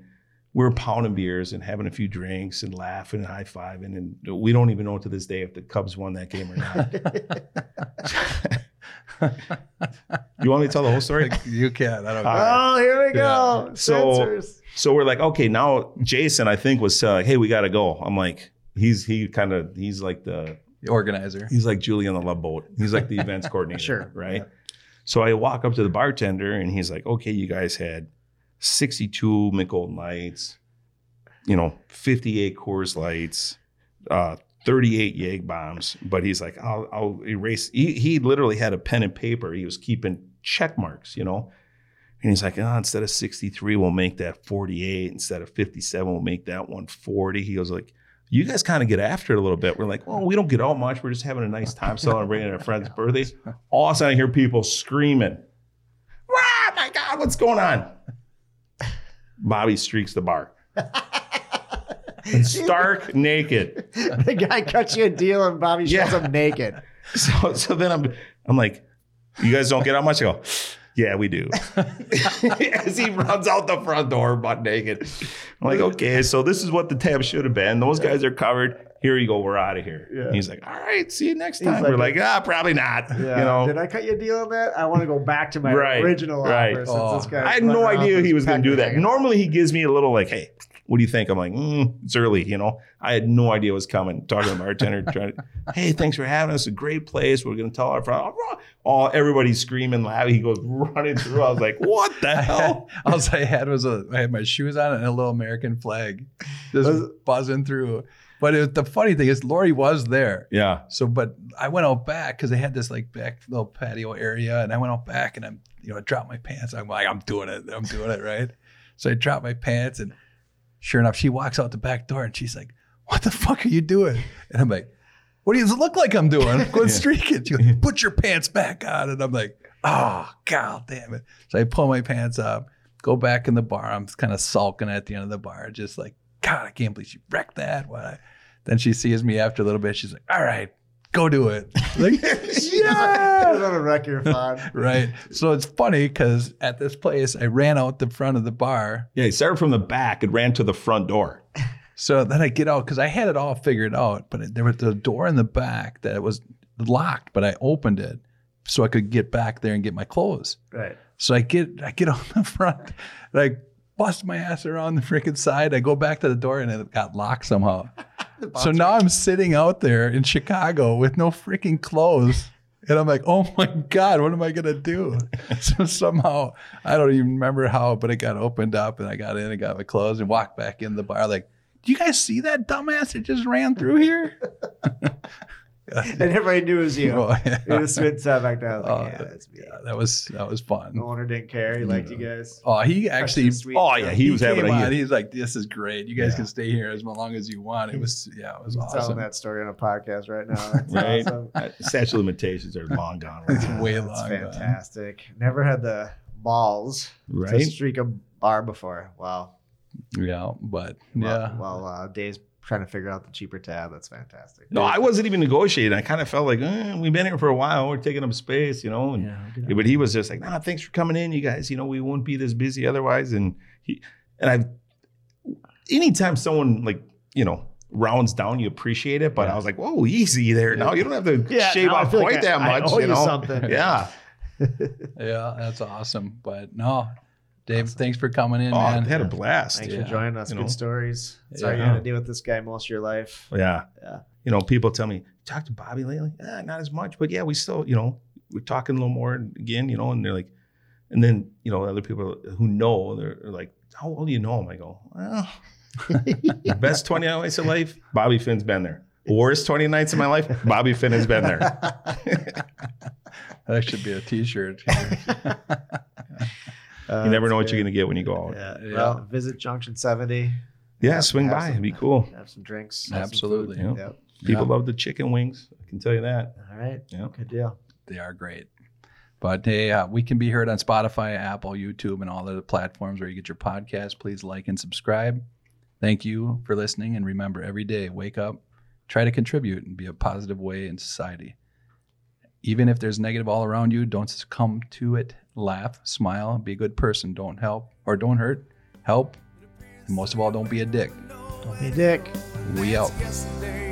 S4: we were pounding beers and having a few drinks and laughing and high fiving, and we don't even know to this day if the Cubs won that game or not. you want me to tell the whole story?
S2: You can. I don't
S4: All
S2: care.
S4: right.
S3: Oh, here we
S4: Yeah.
S3: go.
S4: So-
S3: Sensors.
S4: So we're like, okay, now Jason, I think was uh, like, hey, we got to go. I'm like, he's he kind of he's like the
S2: The organizer.
S4: he's like Julie on the Love Boat. He's like the events coordinator,
S3: Sure,
S4: right?
S3: yeah.
S4: So I walk up to the bartender and he's like, okay, you guys had 62 McGolden Lights, you know, 58 Coors Lights, uh, 38 Yag Bombs. But he's like, I'll, I'll erase. He, he literally had a pen and paper. He was keeping check marks, you know. And he's like, oh, instead of 63, we'll make that 48. Instead of 57, we'll make that 140. He goes like, you guys kind of get after it a little bit. We're like, well, we don't get out much. We're just having a nice time celebrating our friends' birthdays. All of a sudden, I hear people screaming, "Ah, my God, what's going on?" Bobby streaks the bar, stark naked.
S3: the guy cuts you a deal and Bobby shows
S4: Yeah.
S3: up naked.
S4: So, so then I'm, I'm like, "You guys don't get out much." I go, "Yeah, we do." As he runs out the front door, butt naked. I'm like, "Okay, so this is what the tab should have been. Those guys are covered. Here you go. We're out of here."
S3: Yeah.
S4: He's like, "All right, see you next
S3: He's
S4: time."
S3: like-
S4: We're like, "Ah, probably not."
S3: Yeah.
S4: You know.
S3: Did I cut you a deal on that? I want to go back to my
S4: Right,
S3: original
S4: right.
S3: offer.
S2: Oh.
S3: Since this guy
S4: I had no
S3: running around
S4: idea
S3: with
S4: he
S3: his
S4: was going to
S3: pecker
S4: do that.
S3: hanging out.
S4: Normally, he gives me a little like, "Hey, what do you think?" I'm like, mm, "It's early," you know. I had no idea what was coming. Talking to the bartender, trying to, "Hey, thanks for having us. A great place. We're going to tell our friend." All everybody's screaming loud. He goes running through. I was like, "What the
S2: I had,
S4: hell?"
S2: all I had was a, I had my shoes on and a little American flag just
S3: Was-
S2: buzzing through. But it, the funny thing is, Lori was there.
S4: Yeah,
S2: So, but I went out back because they had this like back little patio area, and I went out back and I'm, you know, I dropped my pants. I'm like, I'm doing it, I'm doing it, right? So I dropped my pants, and sure enough, she walks out the back door, and she's like, "What the fuck are you doing?" And I'm like, "What does it look like I'm doing? I'm going
S4: Yeah.
S2: streaking." She goes, "Put your pants back on," and I'm like, "Oh god damn it!" So I pull my pants up, go back in the bar. I'm kind of sulking at the end of the bar, just like, "God, I can't believe she wrecked that." Why? Then she sees me after a little bit. She's like, "All right." go do it. Like,
S3: He's
S2: yeah.
S3: on a wreck your fun.
S2: Right. So it's funny because at this place, I ran out the front of the bar.
S4: yeah. He started from the back and ran to the front door.
S2: So then I get out because I had it all figured out, but there was a door in the back that was locked, but I opened it so I could get back there and get my clothes.
S3: Right.
S2: So I get I get on the front and I bust my ass around the freaking side. I go back to the door and it got locked somehow. so now I'm sitting out there in Chicago with no freaking clothes. And I'm like, oh my God, what am I gonna do? so somehow I don't even remember how, but it got opened up and I got in and got my clothes and walked back in the bar like, do you guys see that dumbass that just ran through here?
S3: And everybody knew it was you.
S2: Oh, yeah.
S3: It was spit sat back down. I was like,
S2: Oh,
S3: yeah, that's me.
S2: Yeah, that was that was fun.
S3: The owner didn't care. He liked you guys.
S2: Oh, he actually
S3: That's Oh, sweet.
S4: Oh yeah, he, was having
S2: came
S4: a
S2: on.
S4: he,
S2: He's like, "This is great. You guys
S4: Yeah.
S2: can stay here as long as you want." It was, yeah, it was
S3: He's telling
S2: awesome.
S3: that story on a podcast right now. That's
S4: Right.
S3: awesome.
S4: Uh, statute of limitations are long gone.
S2: It's
S4: right?
S2: way
S3: That's
S2: long gone.
S3: fantastic. Never had the balls
S4: Right?
S3: to streak a bar before. Wow.
S2: Yeah, but
S3: Well-
S2: yeah,
S3: Well, uh, Dave's trying to figure out the cheaper tab. That's fantastic.
S4: No, I wasn't even negotiating. I kind of felt like eh, we've been here for a while. We're taking up space, you know. And Yeah, but he was just like, nah, thanks for coming in, you guys. You know, we won't be this busy otherwise. And he and I've anytime someone like, you know, rounds down, you appreciate it. But I was like, whoa, easy there. Now you don't have to
S3: Yeah,
S4: shave
S3: now I
S4: off
S3: feel
S4: quite
S3: like I-
S4: that
S3: I
S4: much.
S3: owe
S4: you
S3: you
S4: know?
S3: something.
S4: Yeah.
S2: yeah, that's awesome. But no, Dave, thanks for coming in,
S4: Oh, I
S2: man.
S4: had a blast.
S3: Thanks
S2: Yeah.
S3: for joining us.
S4: You
S3: Good
S4: know.
S3: stories. Sorry
S4: Yeah.
S3: you had to deal with this guy most of your life.
S4: Yeah.
S3: Yeah.
S4: You know, people tell me, talk to Bobby lately? Eh, not as much, but yeah, we still, you know, we're talking a little more again, you know, and they're like, and then, you know, other people who know, they're they're like, how old do you know him? I go, well, the best 20 nights of life, Bobby Finn's been there. Worst 20 nights of my life, Bobby Finn has been there.
S2: That should be a T-shirt.
S3: Uh,
S4: you never
S3: it's
S4: know what you're
S3: good.
S4: going to get when you go out. Yeah,
S3: Yeah. Well, visit Junction 70.
S4: swing
S3: Have
S4: by.
S3: some-
S4: It'd be cool.
S3: Have some drinks. have some
S2: Absolutely.
S4: Yeah.
S3: food. Yep.
S4: People love the chicken wings. I can tell you that.
S3: All right.
S4: Yeah.
S3: Good deal.
S2: They are great. But hey, uh, we can be heard on Spotify, Apple, YouTube, and all the platforms where you get your podcast. Please like and subscribe. Thank you for listening. And remember, every day, wake up, try to contribute and be a positive way in society. Even if there's negative all around you, don't succumb to it. Laugh, smile, be a good person. Don't help or don't hurt. Help. And most of all, don't be a dick.
S3: Hey, Dick.
S2: We out.
S1: yesterday.